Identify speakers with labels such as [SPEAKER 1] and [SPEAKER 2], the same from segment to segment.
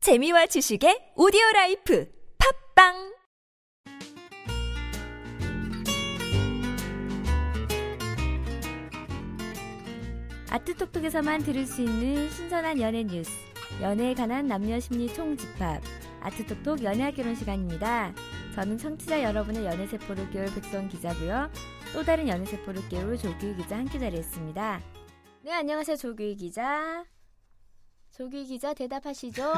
[SPEAKER 1] 재미와 지식의 오디오 라이프 팝빵
[SPEAKER 2] 아트톡톡에서만 들을 수 있는 신선한 연애 뉴스, 연애에 관한 남녀 심리 총집합, 아트톡톡 연애학 결혼 시간입니다. 저는 청취자 여러분의 연애 세포를 깨울 백선 기자고요. 또 다른 연애 세포를 깨울 조규희 기자 함께 자리했습니다. 네, 안녕하세요, 조규희 기자. 조규희 기자 대답하시죠.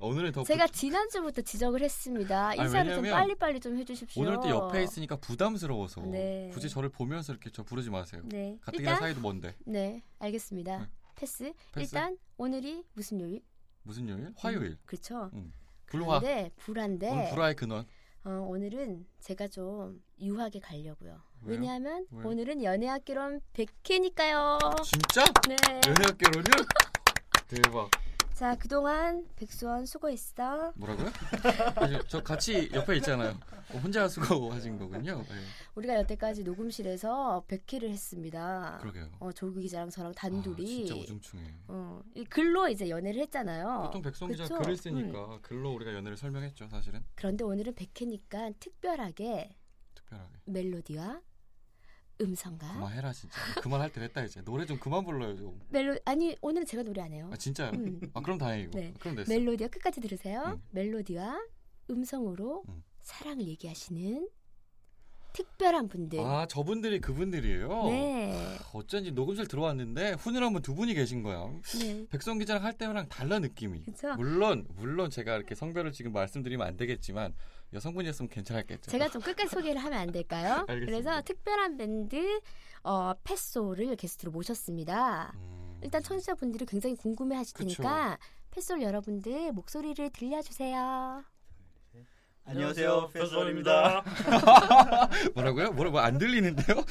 [SPEAKER 3] 오늘은 더
[SPEAKER 2] 제가 지난주부터 지적을 했습니다.
[SPEAKER 3] 아니,
[SPEAKER 2] 인사를 좀
[SPEAKER 3] 왜냐면
[SPEAKER 2] 빨리빨리 좀 해주십시오.
[SPEAKER 3] 오늘 또 옆에 있으니까 부담스러워서
[SPEAKER 2] 네.
[SPEAKER 3] 굳이 저를 보면서 이렇게 저 부르지 마세요.
[SPEAKER 2] 네,
[SPEAKER 3] 가뜩이나
[SPEAKER 2] 일단
[SPEAKER 3] 사이도 먼데
[SPEAKER 2] 네, 알겠습니다.
[SPEAKER 3] 네.
[SPEAKER 2] 패스.
[SPEAKER 3] 패스?
[SPEAKER 2] 일단 오늘이 무슨 요일?
[SPEAKER 3] 무슨 요일? 화요일.
[SPEAKER 2] 음, 그렇죠.
[SPEAKER 3] 불화.
[SPEAKER 2] 근데 네. 불안데
[SPEAKER 3] 오늘 불화의 근원.
[SPEAKER 2] 어, 오늘은 제가 좀 유학에 가려고요.
[SPEAKER 3] 왜요?
[SPEAKER 2] 냐하면
[SPEAKER 3] 왜요?
[SPEAKER 2] 오늘은 연애학 결혼 100회니까요.
[SPEAKER 3] 진짜?
[SPEAKER 2] 네.
[SPEAKER 3] 연애학 결혼이요? 대박.
[SPEAKER 2] 자, 그동안 백수원 수고했어.
[SPEAKER 3] 뭐라고요? 아니, 저 같이 옆에 있잖아요. 어, 혼자 수고하신 거군요. 네.
[SPEAKER 2] 우리가 여태까지 녹음실에서 100회를 했습니다.
[SPEAKER 3] 그러게요.
[SPEAKER 2] 어, 조규 기자랑 저랑
[SPEAKER 3] 그렇죠. 아, 진짜
[SPEAKER 2] 단둘이
[SPEAKER 3] 우중충해.
[SPEAKER 2] 어, 이 글로 이제 연애를 했잖아요.
[SPEAKER 3] 보통 백성 기자
[SPEAKER 2] 그쵸? 음.
[SPEAKER 3] 글을 쓰니까 글로 우리가 연애를 설명했죠, 사실은.
[SPEAKER 2] 그런데 오늘은 100회니까 특별하게
[SPEAKER 3] 특별하게.
[SPEAKER 2] 멜로디와 음성과
[SPEAKER 3] 그만해라 진짜. 그만할 때 됐다 이제. 노래 좀 그만 불러요 좀.
[SPEAKER 2] 멜로 아니 오늘은 제가 노래 안 해요.
[SPEAKER 3] 아 진짜요?
[SPEAKER 2] 음.
[SPEAKER 3] 아 그럼 다행이고.
[SPEAKER 2] 네.
[SPEAKER 3] 그럼 됐어.
[SPEAKER 2] 멜로디와 끝까지 들으세요.
[SPEAKER 3] 음.
[SPEAKER 2] 멜로디와 음성으로
[SPEAKER 3] 음.
[SPEAKER 2] 사랑을 얘기하시는 특별한 분들.
[SPEAKER 3] 아 저분들이 그분들이에요.
[SPEAKER 2] 네.
[SPEAKER 3] 어쩐지 녹음실 들어왔는데 훈이랑 한분 두 분이 계신 거야.
[SPEAKER 2] 네.
[SPEAKER 3] 백성 기자랑 할 때랑 달라 느낌이.
[SPEAKER 2] 그렇죠?
[SPEAKER 3] 물론 물론 제가 이렇게 성별을 지금 말씀드리면 안 되겠지만 여성분이었으면 괜찮았겠죠.
[SPEAKER 2] 제가 좀 끝까지 소개를 하면 안 될까요?
[SPEAKER 3] 알겠습니다.
[SPEAKER 2] 그래서 특별한 밴드 어, 패소를 게스트로 모셨습니다.
[SPEAKER 3] 음.
[SPEAKER 2] 일단 청취자분들이 굉장히 궁금해하실
[SPEAKER 3] 그쵸.
[SPEAKER 2] 테니까 패솔 여러분들 목소리를 들려주세요.
[SPEAKER 4] 안녕하세요, 페스원입니다.
[SPEAKER 3] 뭐라고요? 뭐라 뭐안 들리는데요?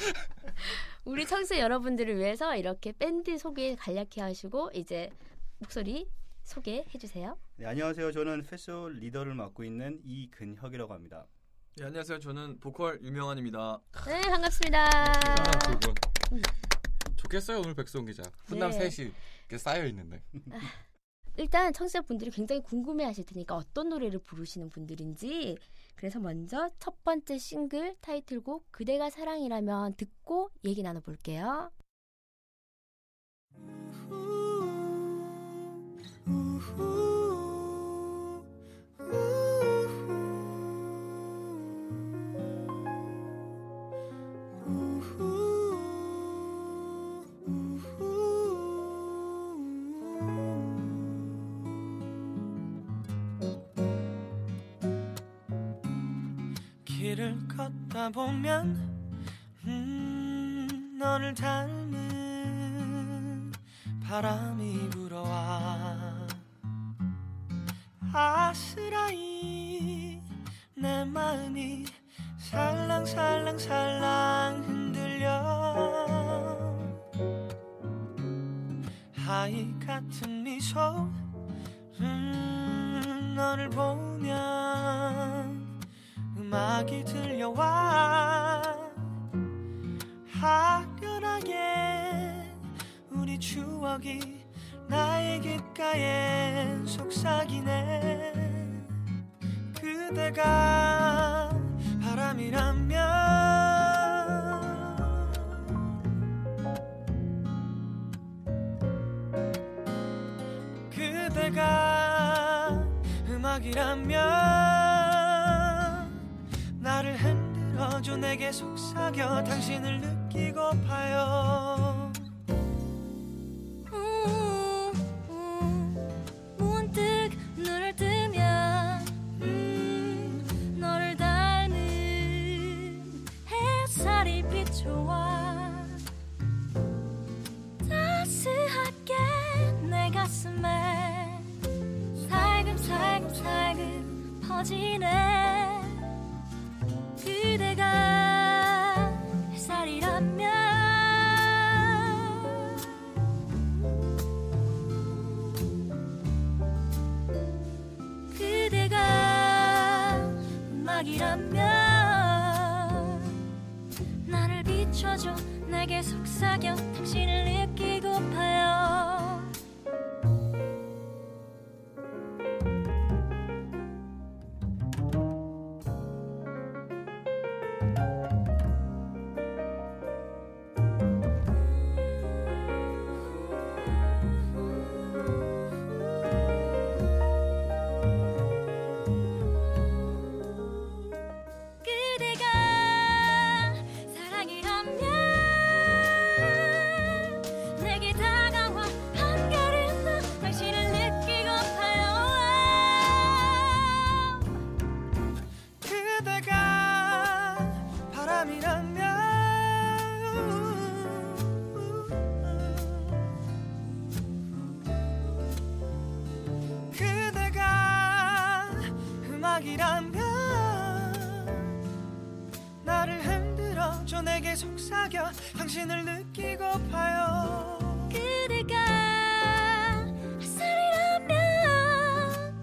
[SPEAKER 2] 우리 청취자 여러분들을 위해서 이렇게 밴드 소개 간략히 하시고 이제 목소리 소개해 주세요.
[SPEAKER 4] 네, 안녕하세요. 저는 페스원 리더를 맡고 있는 이근혁이라고 합니다.
[SPEAKER 5] 네, 안녕하세요. 저는 보컬 유명한입니다.
[SPEAKER 2] 네, 반갑습니다.
[SPEAKER 3] 아, 두 분. 좋겠어요 오늘 백성 기자. 훈남
[SPEAKER 2] 네.
[SPEAKER 3] 셋이 이렇게 쌓여 있는데.
[SPEAKER 2] 일단 청취자분들이 굉장히 궁금해하실 테니까 어떤 노래를 부르시는 분들인지 그래서 먼저 첫 번째 싱글 타이틀곡 그대가 사랑이라면 듣고 얘기 나눠볼게요.
[SPEAKER 6] 길을 걷다 보면 음, 너를 닮은 바람이 불어와 아스라이 내 마음이 살랑살랑살랑 흔들려 하이 같은 미소 음, 너를 보면 음악이 들려와 학연하게 우리 추억이 나의 귓가에 속삭이네 그대가 바람이라면 그대가 음악이라면 나를 흔들어줘 내게 속삭여 당신을 느끼고 파요
[SPEAKER 7] 문득 눈을 뜨면 음, 너를 닮은 햇살이 비춰와 따스하게 내 가슴에 살금살금살금 퍼지네 그대가 햇살이라면 그대가 음악이라면 나를 비춰줘 내게 속삭여 당신을 느끼고파요
[SPEAKER 8] 생각이라면 나를 흔들어줘 내게 속삭여 당신을 느끼고파요
[SPEAKER 7] 그대가 햇살이라면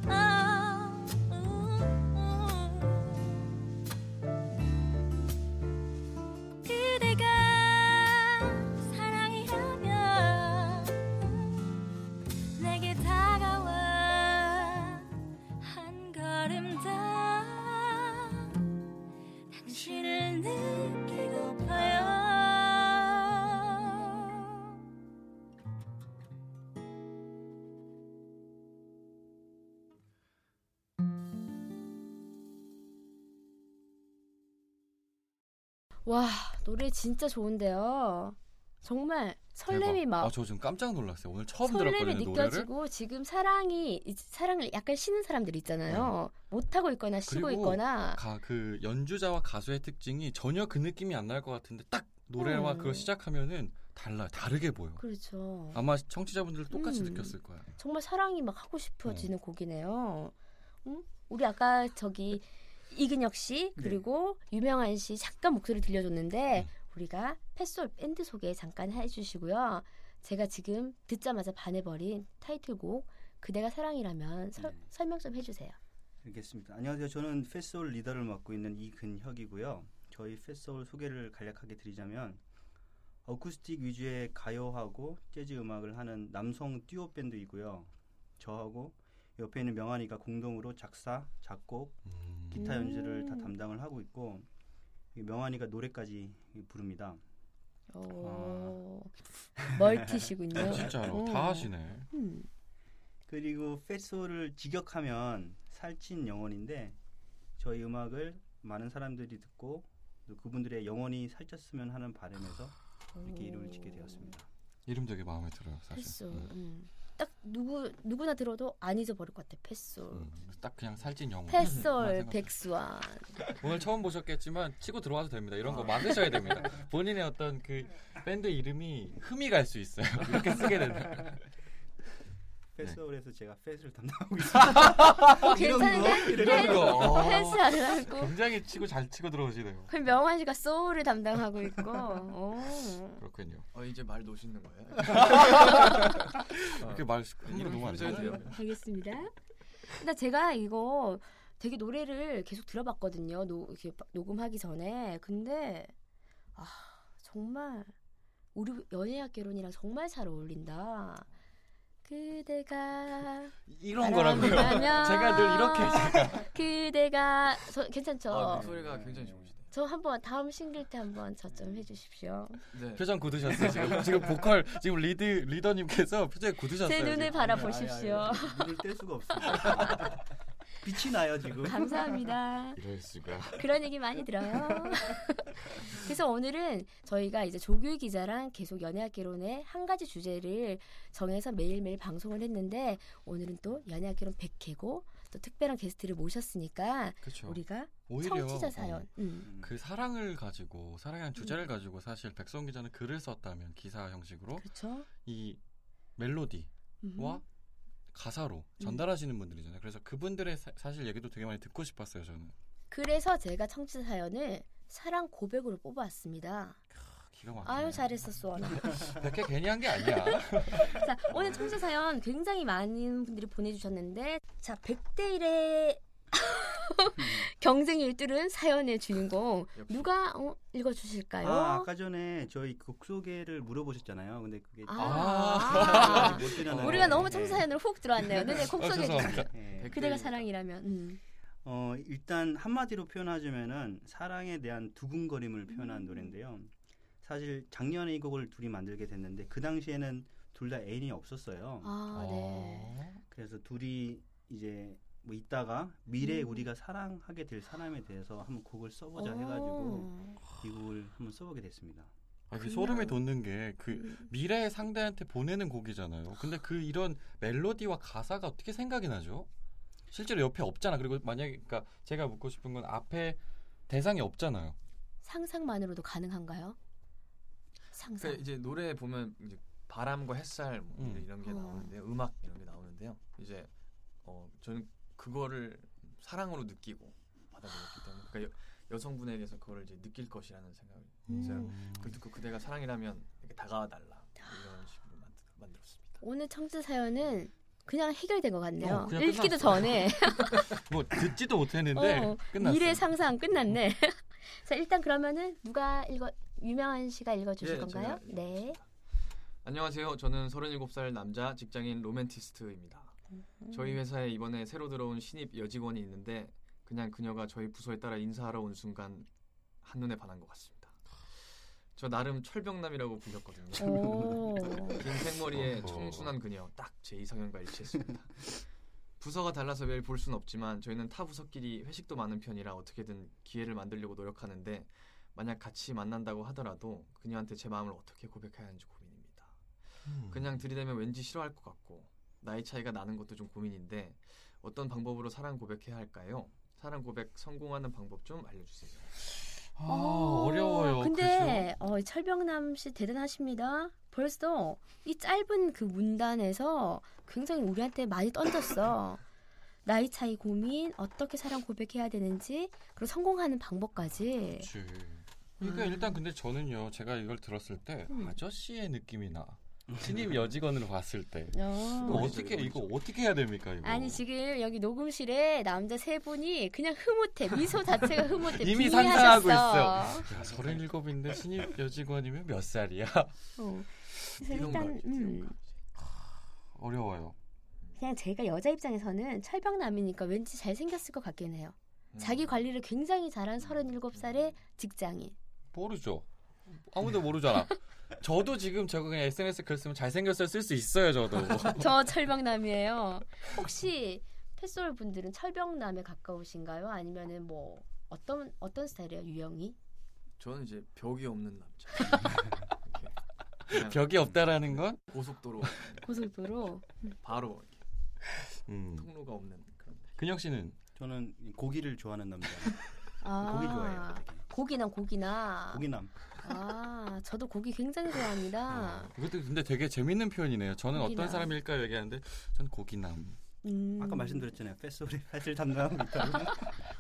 [SPEAKER 7] 아, 음, 음. 그대가 사랑이라면 음, 내게 다가와 한 걸음 더 당신을 느끼고파요
[SPEAKER 2] 와 노래 진짜 좋은데요. 정말 설렘이 막
[SPEAKER 3] 아저 지금 깜짝 놀랐어요. 오늘 아, 처음
[SPEAKER 2] 설렘이
[SPEAKER 3] 들었거든요 노래를.
[SPEAKER 2] 느껴지고 지금 사랑이 이- 사랑을 약간 쉬는 사람들 있잖아요. 못 하고 있거나 쉬고
[SPEAKER 3] 네. 그리고
[SPEAKER 2] 있거나
[SPEAKER 3] 가 그 연주자와 가수의 특징이 전혀 그 느낌이 안 날 것 같은데 딱 노래와
[SPEAKER 2] 음.
[SPEAKER 3] 그걸 시작하면은 달라 다르게 보여.
[SPEAKER 2] 그렇죠.
[SPEAKER 3] 아마 청취자분들도 똑같이
[SPEAKER 2] 음.
[SPEAKER 3] 느꼈을 거야.
[SPEAKER 2] 정말 사랑이 막 하고 싶어지는 곡이네요. 응? 우리 아까 저기 이근혁 씨
[SPEAKER 3] 네.
[SPEAKER 2] 그리고 유명한 씨 잠깐 목소리 들려줬는데
[SPEAKER 3] 음.
[SPEAKER 2] 우리가 패솔 밴드 소개 잠깐 해주시고요. 제가 지금 듣자마자 반해버린 타이틀곡 그대가 사랑이라면 설-
[SPEAKER 4] 네.
[SPEAKER 2] 설명 좀 해주세요.
[SPEAKER 4] 알겠습니다. 안녕하세요. 저는 패스올 리더를 맡고 있는 이근혁이고요. 저희 패스올 소개를 간략하게 드리자면 어쿠스틱 위주의 가요하고 재즈 음악을 하는 남성 듀오 밴드이고요. 저하고 옆에 있는 명환이가 공동으로 작사, 작곡, 기타
[SPEAKER 2] 음.
[SPEAKER 4] 연주를 다 담당을 하고 있고 이 명환이가 노래까지 부릅니다.
[SPEAKER 2] 오, 멀티시군요.
[SPEAKER 3] 아. 진짜로
[SPEAKER 2] 음.
[SPEAKER 3] 다 하시네.
[SPEAKER 2] 음.
[SPEAKER 4] 그리고 패스오를 직역하면 살찐 영혼인데 저희 음악을 많은 사람들이 듣고 또 그분들의 영혼이 살쪘으면 하는 바람에서 이렇게 이름을 짓게 되었습니다.
[SPEAKER 3] 이름 되게 마음에 들어요 사실.
[SPEAKER 2] 패솔.
[SPEAKER 3] 음.
[SPEAKER 2] 음. 딱 누구 누구나 들어도 안 잊어버릴 것 같아. 패솔.
[SPEAKER 3] 음, 딱 그냥 살찐 영혼.
[SPEAKER 2] 패솔 백수환.
[SPEAKER 3] 오늘 처음 보셨겠지만 치고 들어와도 됩니다. 이런
[SPEAKER 2] 아.
[SPEAKER 3] 거 막으셔야 됩니다. 본인의 어떤 그 밴드 이름이 흠이 갈 수 있어요. 이렇게 쓰게 되면.
[SPEAKER 4] 패스홀에서 제가 패스를 담당하고 있습니다.
[SPEAKER 3] 어,
[SPEAKER 4] 이런 거?
[SPEAKER 2] 괜찮은데?
[SPEAKER 4] 이런
[SPEAKER 3] 이런 거.
[SPEAKER 2] 헬스 안 하고.
[SPEAKER 3] 굉장히 치고 잘 치고 들어오시네요.
[SPEAKER 2] 그럼 명환 씨가 소울을 담당하고 있고. 오.
[SPEAKER 3] 그렇군요.
[SPEAKER 6] 어, 이제 말 놓으시는 거예요?
[SPEAKER 3] 이렇게 말 함부로
[SPEAKER 6] 아, 이름
[SPEAKER 3] 너무 안
[SPEAKER 6] 표현해도
[SPEAKER 3] 돼요.
[SPEAKER 6] 돼요?
[SPEAKER 2] 어, 알겠습니다. 근데 제가 이거 되게 노래를 계속 들어봤거든요. 노, 이렇게 바- 녹음하기 전에. 근데 아, 정말 우리 연예학개론이랑 정말 잘 어울린다. 그대가
[SPEAKER 3] 이런 거라고요. 제가 늘 이렇게 네.
[SPEAKER 2] 그대가 저, 괜찮죠?
[SPEAKER 6] 아, 목소리가 굉장히 좋으시네요.
[SPEAKER 2] 저 한번 다음 싱글 때 한번 저점 해주십시오.
[SPEAKER 6] 네.
[SPEAKER 3] 표정 굳으셨어요. 지금 지금 보컬 지금 리드 리더님께서 표정 굳으셨어요.
[SPEAKER 2] 제 눈을
[SPEAKER 3] 지금.
[SPEAKER 2] 바라보십시오.
[SPEAKER 3] 예,
[SPEAKER 4] 아니, 아니, 아니. 눈을 뗄 수가 없습니다. 빛이 나요
[SPEAKER 3] 네.
[SPEAKER 4] 지금.
[SPEAKER 2] 감사합니다.
[SPEAKER 3] 이럴 수가.
[SPEAKER 2] 그런 얘기 많이 들어요. 그래서 오늘은 저희가 이제 조규 기자랑 계속 연예학개론의 한 가지 주제를 정해서 매일매일 방송을 했는데 오늘은 또 연예학개론 100회고 또 특별한 게스트를 모셨으니까
[SPEAKER 3] 그렇죠.
[SPEAKER 2] 우리가
[SPEAKER 3] 오히려
[SPEAKER 2] 청취자
[SPEAKER 3] 어,
[SPEAKER 2] 사연. 음.
[SPEAKER 3] 그 사랑을 가지고 사랑에 대한 주제를 가지고 사실 백성 기자는 글을 썼다면 기사 형식으로
[SPEAKER 2] 그렇죠.
[SPEAKER 3] 이 어? 멜로디와
[SPEAKER 2] 음.
[SPEAKER 3] 가사로 전달하시는 분들이잖아요. 그래서 그분들의 사, 사실 얘기도 되게 많이 듣고 싶었어요. 저는
[SPEAKER 2] 그래서 제가 청취자 사연을 사랑 고백으로 뽑아왔습니다.
[SPEAKER 3] 기가 막히네.
[SPEAKER 2] 아유 잘했어 수원아.
[SPEAKER 3] 이렇게 괜히 한 게 아니야.
[SPEAKER 2] 자, 오늘 청취 사연 굉장히 많은 분들이 보내주셨는데, 자, 100대 1의 경쟁 일들은 사연의 주인공.
[SPEAKER 6] 역시.
[SPEAKER 2] 누가 어, 읽어주실까요?
[SPEAKER 4] 아, 아까 전에 저희 곡 소개를 물어보셨잖아요. 근데 그게
[SPEAKER 2] 아.
[SPEAKER 4] 못 드렸나요?
[SPEAKER 2] 우리가 너무
[SPEAKER 4] 네.
[SPEAKER 2] 청취 사연으로 훅 들어왔네요. 근데 콕
[SPEAKER 3] 아,
[SPEAKER 2] 소개해주세요.
[SPEAKER 3] 죄송합니다.
[SPEAKER 4] 네.
[SPEAKER 2] 그대가 사랑이라면. 음.
[SPEAKER 4] 어, 일단 한마디로 표현하자면은 사랑에 대한 두근거림을 표현한
[SPEAKER 2] 음.
[SPEAKER 4] 노래인데요. 사실 작년에 이 곡을 둘이 만들게 됐는데 그 당시에는 둘 다 애인이 없었어요.
[SPEAKER 2] 아, 네.
[SPEAKER 4] 그래서 둘이 이제 뭐 있다가 미래에
[SPEAKER 2] 음.
[SPEAKER 4] 우리가 사랑하게 될 사람에 대해서 한번 곡을 써보자 해가지고 이 곡을 한번 써보게 됐습니다.
[SPEAKER 3] 아, 이게
[SPEAKER 2] 그냥- 음.
[SPEAKER 3] 소름이 돋는 게 그 미래의 상대한테 보내는 곡이잖아요. 근데 그 이런 멜로디와 가사가 어떻게 생각이 나죠? 실제로 옆에 없잖아. 그리고 만약에 그러니까 제가 묻고 싶은 건 앞에 대상이 없잖아요.
[SPEAKER 2] 상상만으로도 가능한가요? 상상.
[SPEAKER 6] 그러니까 이제 노래 보면 이제 바람과 햇살 뭐
[SPEAKER 3] 음.
[SPEAKER 6] 이런 게
[SPEAKER 2] 어.
[SPEAKER 6] 나오는데요. 음악 이런 게 나오는데요. 이제 어 저는 그거를
[SPEAKER 9] 사랑으로 느끼고 받아들였기 때문에 그러니까 여, 성분에게서 그걸 이제 느낄 것이라는 생각을
[SPEAKER 10] 음.
[SPEAKER 9] 그래서 그걸 듣고 그대가 사랑이라면 이렇게 다가와 달라 이런 식으로 만, 만들었습니다.
[SPEAKER 2] 오늘 청취 사연은 그냥 해결된 것 같네요.
[SPEAKER 3] 어, 그냥
[SPEAKER 2] 읽기도
[SPEAKER 3] 끝났어요.
[SPEAKER 2] 전에
[SPEAKER 3] 뭐 듣지도 못했는데
[SPEAKER 2] 어,
[SPEAKER 3] 끝났어요.
[SPEAKER 2] 미래 상상 끝났네. 자 일단 그러면은 누가 읽어 유명한 씨가 읽어주실
[SPEAKER 9] 예,
[SPEAKER 2] 건가요?
[SPEAKER 9] 제가
[SPEAKER 2] 네.
[SPEAKER 9] 안녕하세요. 저는 37살 남자 직장인 로맨티스트입니다.
[SPEAKER 2] 음.
[SPEAKER 9] 저희
[SPEAKER 2] 네.
[SPEAKER 9] 회사에 이번에 새로 들어온 신입 여직원이 있는데 그냥 그녀가 저희 부서에 따라 인사하러 온 순간 한눈에 반한 것 같습니다. 저 나름 철벽남이라고 불렸거든요.
[SPEAKER 2] 음.
[SPEAKER 3] 음.
[SPEAKER 2] 오.
[SPEAKER 9] 긴 생머리에
[SPEAKER 3] 어허.
[SPEAKER 9] 청순한 그녀 딱 제 이상형과 일치했습니다. 부서가 달라서 매일 볼 순 없지만 저희는 타 부서끼리 회식도 많은 편이라 어떻게든 기회를 만들려고 노력하는데 만약 같이 만난다고 하더라도 그녀한테 제 마음을 어떻게 고백해야 하는지 고민입니다.
[SPEAKER 3] 음.
[SPEAKER 9] 그냥 들이대면 왠지 싫어할 것 같고 나이 차이가 나는 것도 좀 고민인데 어떤 방법으로 사랑 고백해야 할까요? 사랑 고백 성공하는 방법 좀 알려주세요.
[SPEAKER 3] 아, 어려워요. 그죠?
[SPEAKER 2] 근데 어, 철병남 씨 대단하십니다. 벌써 이 짧은 그 문단에서 굉장히 우리한테 많이 던졌어. 나이 차이 고민, 어떻게 사랑 고백해야 되는지, 그리고 성공하는 방법까지.
[SPEAKER 3] 그치. 그러니까
[SPEAKER 2] 음.
[SPEAKER 3] 일단 근데 저는요 제가 이걸 들었을 때
[SPEAKER 2] 음.
[SPEAKER 3] 아저씨의 느낌이나 신입 여직원으로 봤을 때
[SPEAKER 2] 어.
[SPEAKER 3] 이거
[SPEAKER 9] 음.
[SPEAKER 3] 어떻게 이거 어떻게 해야 됩니까 이거
[SPEAKER 2] 아니 지금 여기 녹음실에 남자 세 분이 그냥 흐뭇해 미소 자체가 흐뭇해
[SPEAKER 3] 이미
[SPEAKER 2] 빙의하셨어.
[SPEAKER 3] 상상하고 있어요. 야, 37인데 신입 여직원이면 몇 살이야?
[SPEAKER 2] 어. 그래서
[SPEAKER 9] 이런
[SPEAKER 2] 일단
[SPEAKER 9] 거 알지?
[SPEAKER 2] 음,
[SPEAKER 9] 이런 거 알지?
[SPEAKER 3] 어려워요.
[SPEAKER 2] 그냥 제가 여자 입장에서는 철벽남이니까 왠지 잘 생겼을 것 같긴 해요.
[SPEAKER 9] 음.
[SPEAKER 2] 자기 관리를 굉장히 잘한 37살의 직장인.
[SPEAKER 3] 모르죠. 아무도 모르잖아. 저도 지금 저거 그냥 SNS 글 쓰면 잘생겼어요 쓸 수 있어요 저도.
[SPEAKER 2] 저 철벽남이에요. 혹시 패솔 분들은 철벽남에 가까우신가요? 아니면은 뭐 어떤 어떤 스타일이에요? 유형이?
[SPEAKER 9] 저는 이제 벽이 없는 남자. 이렇게 그냥
[SPEAKER 3] 벽이 없다라는 건
[SPEAKER 9] 고속도로
[SPEAKER 2] 고속도로.
[SPEAKER 9] 바로 이렇게
[SPEAKER 3] 음.
[SPEAKER 9] 통로가 없는 그런.
[SPEAKER 3] 근영 씨는
[SPEAKER 4] 저는 고기를 좋아하는 남자.
[SPEAKER 2] 아,
[SPEAKER 4] 고기 좋아해요. 되게.
[SPEAKER 2] 고기나 고기나.
[SPEAKER 4] 고기남.
[SPEAKER 2] 아, 저도 고기 굉장히
[SPEAKER 4] 어.
[SPEAKER 2] 좋아합니다.
[SPEAKER 3] 이것도 근데 되게 재밌는 표현이네요. 저는
[SPEAKER 2] 고기남.
[SPEAKER 3] 어떤 사람일까 얘기하는데 전 고기남.
[SPEAKER 2] 음.
[SPEAKER 4] 아까 말씀드렸잖아요. 패소리 사실 담당하고 있다고.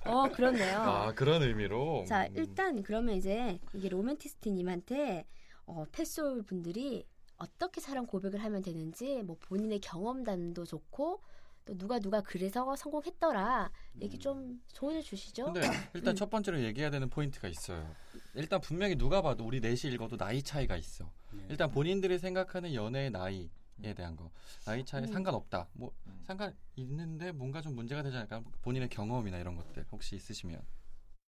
[SPEAKER 2] 어, 그렇네요.
[SPEAKER 3] 아 그런 의미로.
[SPEAKER 2] 자,
[SPEAKER 3] 음.
[SPEAKER 2] 일단 그러면 이제 이게 로맨티스트님한테 어, 패솔 분들이 어떻게 사랑 고백을 하면 되는지 뭐 본인의 경험담도 좋고 또 누가 누가 그래서 성공했더라 얘기 좀 조언해 주시죠.
[SPEAKER 3] 음. 근데 일단 첫 번째로 얘기해야 되는 포인트가 있어요. 일단 분명히 누가 봐도 우리 넷이 읽어도 나이 차이가 있어.
[SPEAKER 4] 네.
[SPEAKER 3] 일단 본인들이 생각하는 연애의 나이에 대한 거. 나이 차이
[SPEAKER 2] 음.
[SPEAKER 3] 상관없다. 뭐
[SPEAKER 9] 음.
[SPEAKER 3] 상관 있는데 뭔가 좀 문제가 되지 않을까? 본인의 경험이나 이런 것들 혹시 있으시면.